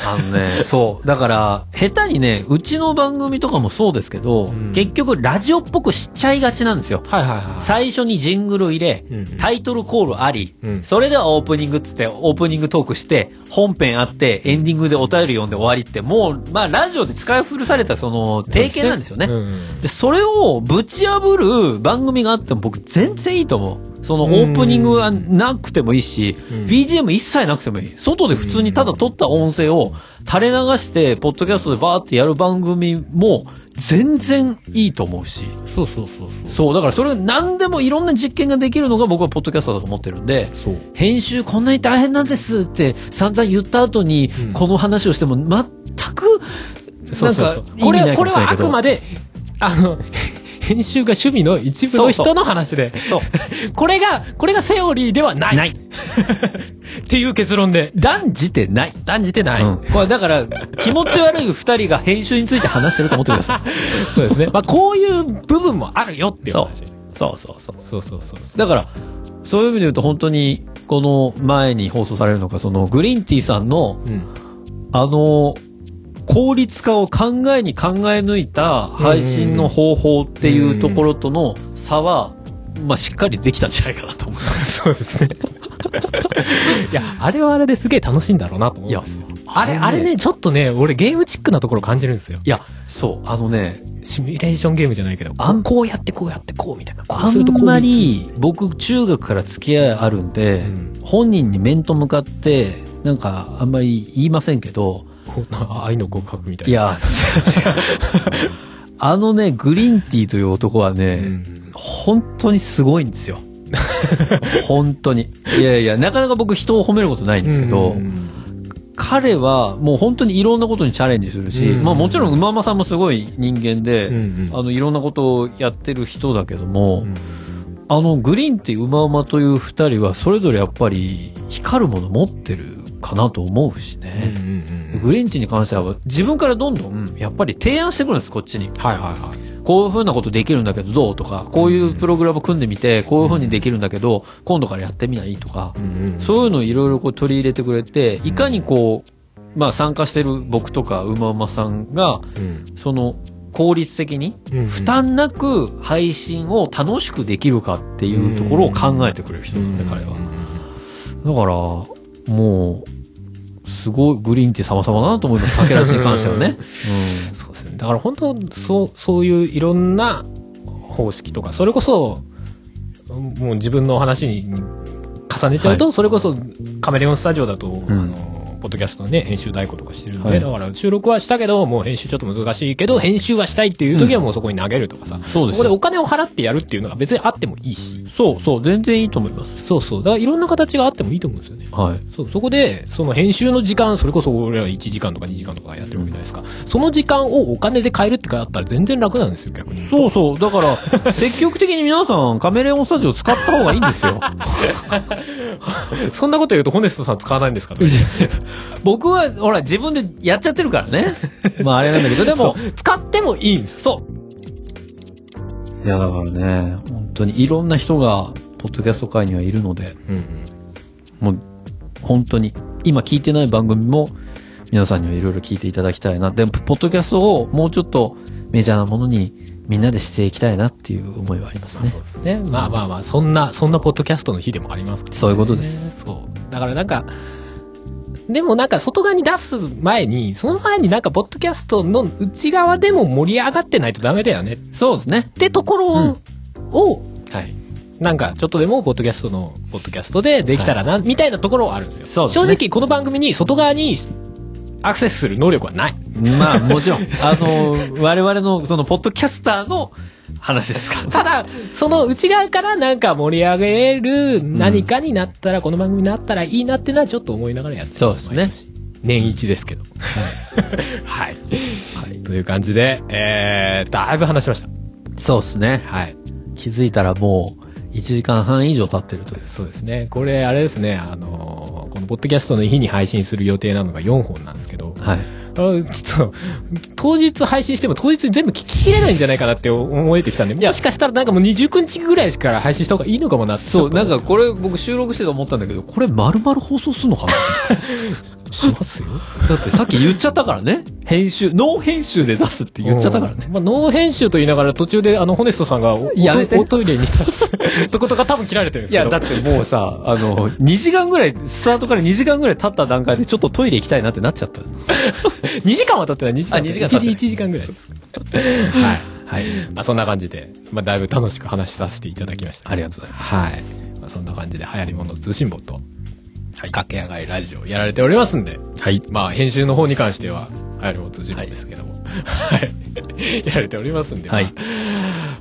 あのね、 そう。だから、下手にね、うちの番組とかもそうですけど、ん結局ラジオっぽくしちゃいがちなんですよ。はいはいは最初にジングル入れ、うんタイトルコールあり、うんそれではオープニングっつって、オープニングトークして、本編あって、エンディングでお便り読んで終わりって、もう、まあ、ラジオで使い古されたその、定型なんですよね。うん。で、それをぶち破る番組があっても僕全然いいと思う。そのオープニングがなくてもいいし、うん BGM 一切なくてもいい。外で普通にただ撮った音声を垂れ流して、ポッドキャストでバーってやる番組も全然いいと思うし。そうそうそうそう。そう、だからそれ何でもいろんな実験ができるのが僕はポッドキャストだと思ってるんで、そう。編集こんなに大変なんですって散々言った後にうんこの話をしても全く、そなうんそうかそう、意これ味なは、いこもれしれないはけあどくまで、あの、 編集が趣味の一部の人の話で。そう。 これが、これがセオリーではない。な いっていう結論で。断じてない。断じてない。うんこれだから、気持ち悪い二人が編集について話してると思ってください。 そうですね。まあ、こういう部分もあるよっていうそ話。う。そうそうそ う。そうそうそう。だから、そういう意味で言うと本当に、この前に放送されるのか、そのグリーンティーさんの、うん。あの、効率化を考えに考え抜いた配信の方法っていうところとの差は、まあ、しっかりできたんじゃないかなと思う。そうですね。いや、あれはあれですげえ楽しいんだろうなと思ういんやですよ。、あれ、あれね、ちょっとね、俺ゲームチックなところ感じるんですよ。いや、そう、あのね、シミュレーションゲームじゃないけど、あんこうやってこうやってこうみたいな。こうあするとこんうまいうり僕中学から付き合いあるんで、ん本人に面と向かって、なんかあんまり言いませんけど、こうな愛の告白みたいいな。や、違う違う。 あのね、グリーンティーという男はね、うん本当にすごい んですよ。本当に。いやいや、なかなか僕人を褒めることないんですけど、うん彼はもう本当にいろんなことにチャレンジするし、うんまあもちろん馬間さんもすごい人間で、うんうんあのいろんなことをやってる人だけども、うんあのグリーンって馬馬という二人はそれぞれやっぱり光るもの持ってるかなと思うしうんね。うんうんグリーンティーに関しては自分からどんどんやっぱり提案してくるんです、こっちに。はいはいはい。こういうふうなことできるんだけどどうとか、こういうプログラム組んでみて、こういうふうにできるんだけど、今度からやってみないとか、そういうのをいろいろこう取り入れてくれて、いかにこう、まあ参加してる僕とかうまうまさんが、その効率的にうん負担なく配信を楽しくできるかっていうところを考えてくれる人なんで、彼は。だから、もう、すごいグリーンって様々だなと思います。駆け出しに関してはね。そうですね。だから本当、そう、そういういろんな方式とか、それこそ、もう自分の話に重ねちゃうと、それこそカメレオンスタジオだと、んあの、ポッドキャストのね、編集代行とかしてるんで、はいだから収録はしたけど、もう編集ちょっと難しいけど、編集はしたいっていう時はもうそこに投げるとかさ、そうでそすよこでお金を払ってやるっていうのが別にあってもいいし、そうそう、全然いいと思います。そうそう、だからいろんな形があってもいいと思うんですよね。はい。そうそこで、その編集の時間、それこそ俺ら1時間とか2時間とかやってるわけじゃないですか。その時間をお金で買えるってかだったら全然楽なんですよ、逆に。そうそう。だから、 積極的に皆さん、カメレオンスタジオ使った方がいいんですよ。そんなこと言うとホネストさん使わないんですかね 僕は、ほら、自分でやっちゃってるからね。 まあ、あれなんだけど、でも、使ってもいいんです。そいや、だからね、本当にいろんな人が、ポッドキャスト界にはいるので、う。うんもう、本当に、今聞いてない番組も、皆さんにはいろいろ聞いていただきたいな。でも、ポッドキャストをもうちょっとメジャーなものに、みんなでしていきたいなっていう思いはありますねそう。ですね。まあまあまあ、そんな、そんなポッドキャストの日でもありますからねそういうことです。そう。だからなんか、でもなんか外側に出す前に、その前になんかポッドキャストの内側でも盛り上がってないとダメだよねっそうですね。てところを、はい。なんか、ちょっとでも、ポッドキャストの、ポッドキャストでできたらな、みたいなところはあるんですよ。そうですね正直、この番組に外側にアクセスする能力は ない。まあもちろん、あの、我々のそのポッドキャスターの話ですから。ただ、その内側からなんか盛り上げる何かになったら、この番組になったらいいなってのはちょっと思いながらやってます。そうですね毎年。年一ですけど。はい。はい。という感じで、えー、だいぶ話しました。そうですね。はい。気づいたらもう1時間半以上経ってるという。そうですね。これ、あれですね、あのーこのポッドキャストの日に配信する予定なのが4本なんですけど、はい。あちょっと、当日配信しても当日に全部聞ききれないんじゃないかなって思えてきたんで、もしかしたらなんかもう29日ぐらいから配信した方がいいのかもなって。そう、なんか、かこれ僕収録してて思ったんだけど、これ丸々放送するのかな しますよ。だってさっき言っちゃったからね。編集、ノー編集で出すって言っちゃったからね。うん。まあ、ノー編集と言いながら途中で、あの、ホネストさんがお、やめておおトイレに立つ とことが多分切られてるんですいけど。や、だってもうさ、あの、2時間ぐらい、スタートから2時間ぐらい経った段階でちょっとトイレ行きたいなってなっちゃった。 2時間は経ってない、2時間。あ2時間経ってない1時間ぐらいです。はい。はい。まあ、そんな感じで、まあ、だいぶ楽しく話させていただきました。ありがとうございます。はい。まあ、そんな感じで、流行り物通信簿と、駆け上がりラジオやられておりますんで、はい。まあ、編集の方に関しては、流行り物通信簿ですけども、はい。 やられておりますんで、まあはい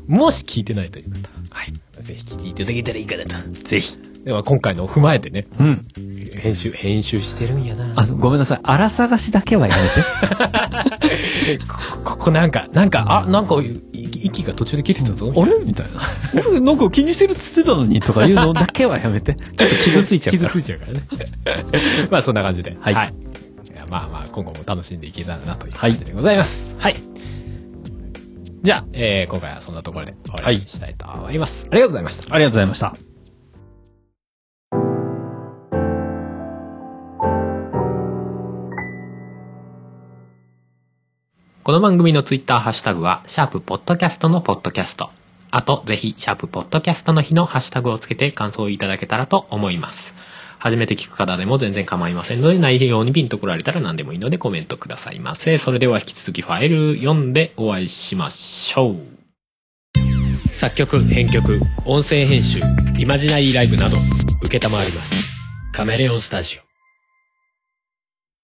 もし聞いてないという方、ぜひ聞いていただけたらいいかなと。ぜひ。では、今回のを踏まえてね、うん。編集、編集してるんやな。あの、ごめんなさい。荒探しだけはやめて。ここなんか、なんか、あ、なんか、い息が途中で切れてたぞ。みたいなれみたい な。なんか気にしてるっつってたのにとかいうのだけはやめて。ちょっと傷ついちゃう傷から。ついちゃうからね。 まあそんな感じで。はいいやまあまあ、今後も楽しんでいけたらなという感じでございます。はい。じゃあ、えー今回はそんなところで終わりにしたいと思います。ありがとうございました。ありがとうございました。この番組のツイッターハッシュタグは、シャープポッドキャストのポッドキャスト。あと、ぜひ、シャープポッドキャストの日のハッシュタグをつけて感想をいただけたらと思います。初めて聞く方でも全然構いませんので、内容にピンと来られたら何でもいいのでコメントくださいませ。それでは引き続きファイル読んでお会いしましょう。作曲、編曲、音声編集、イマジナリーライブなど、承ります。カメレオンスタジオ。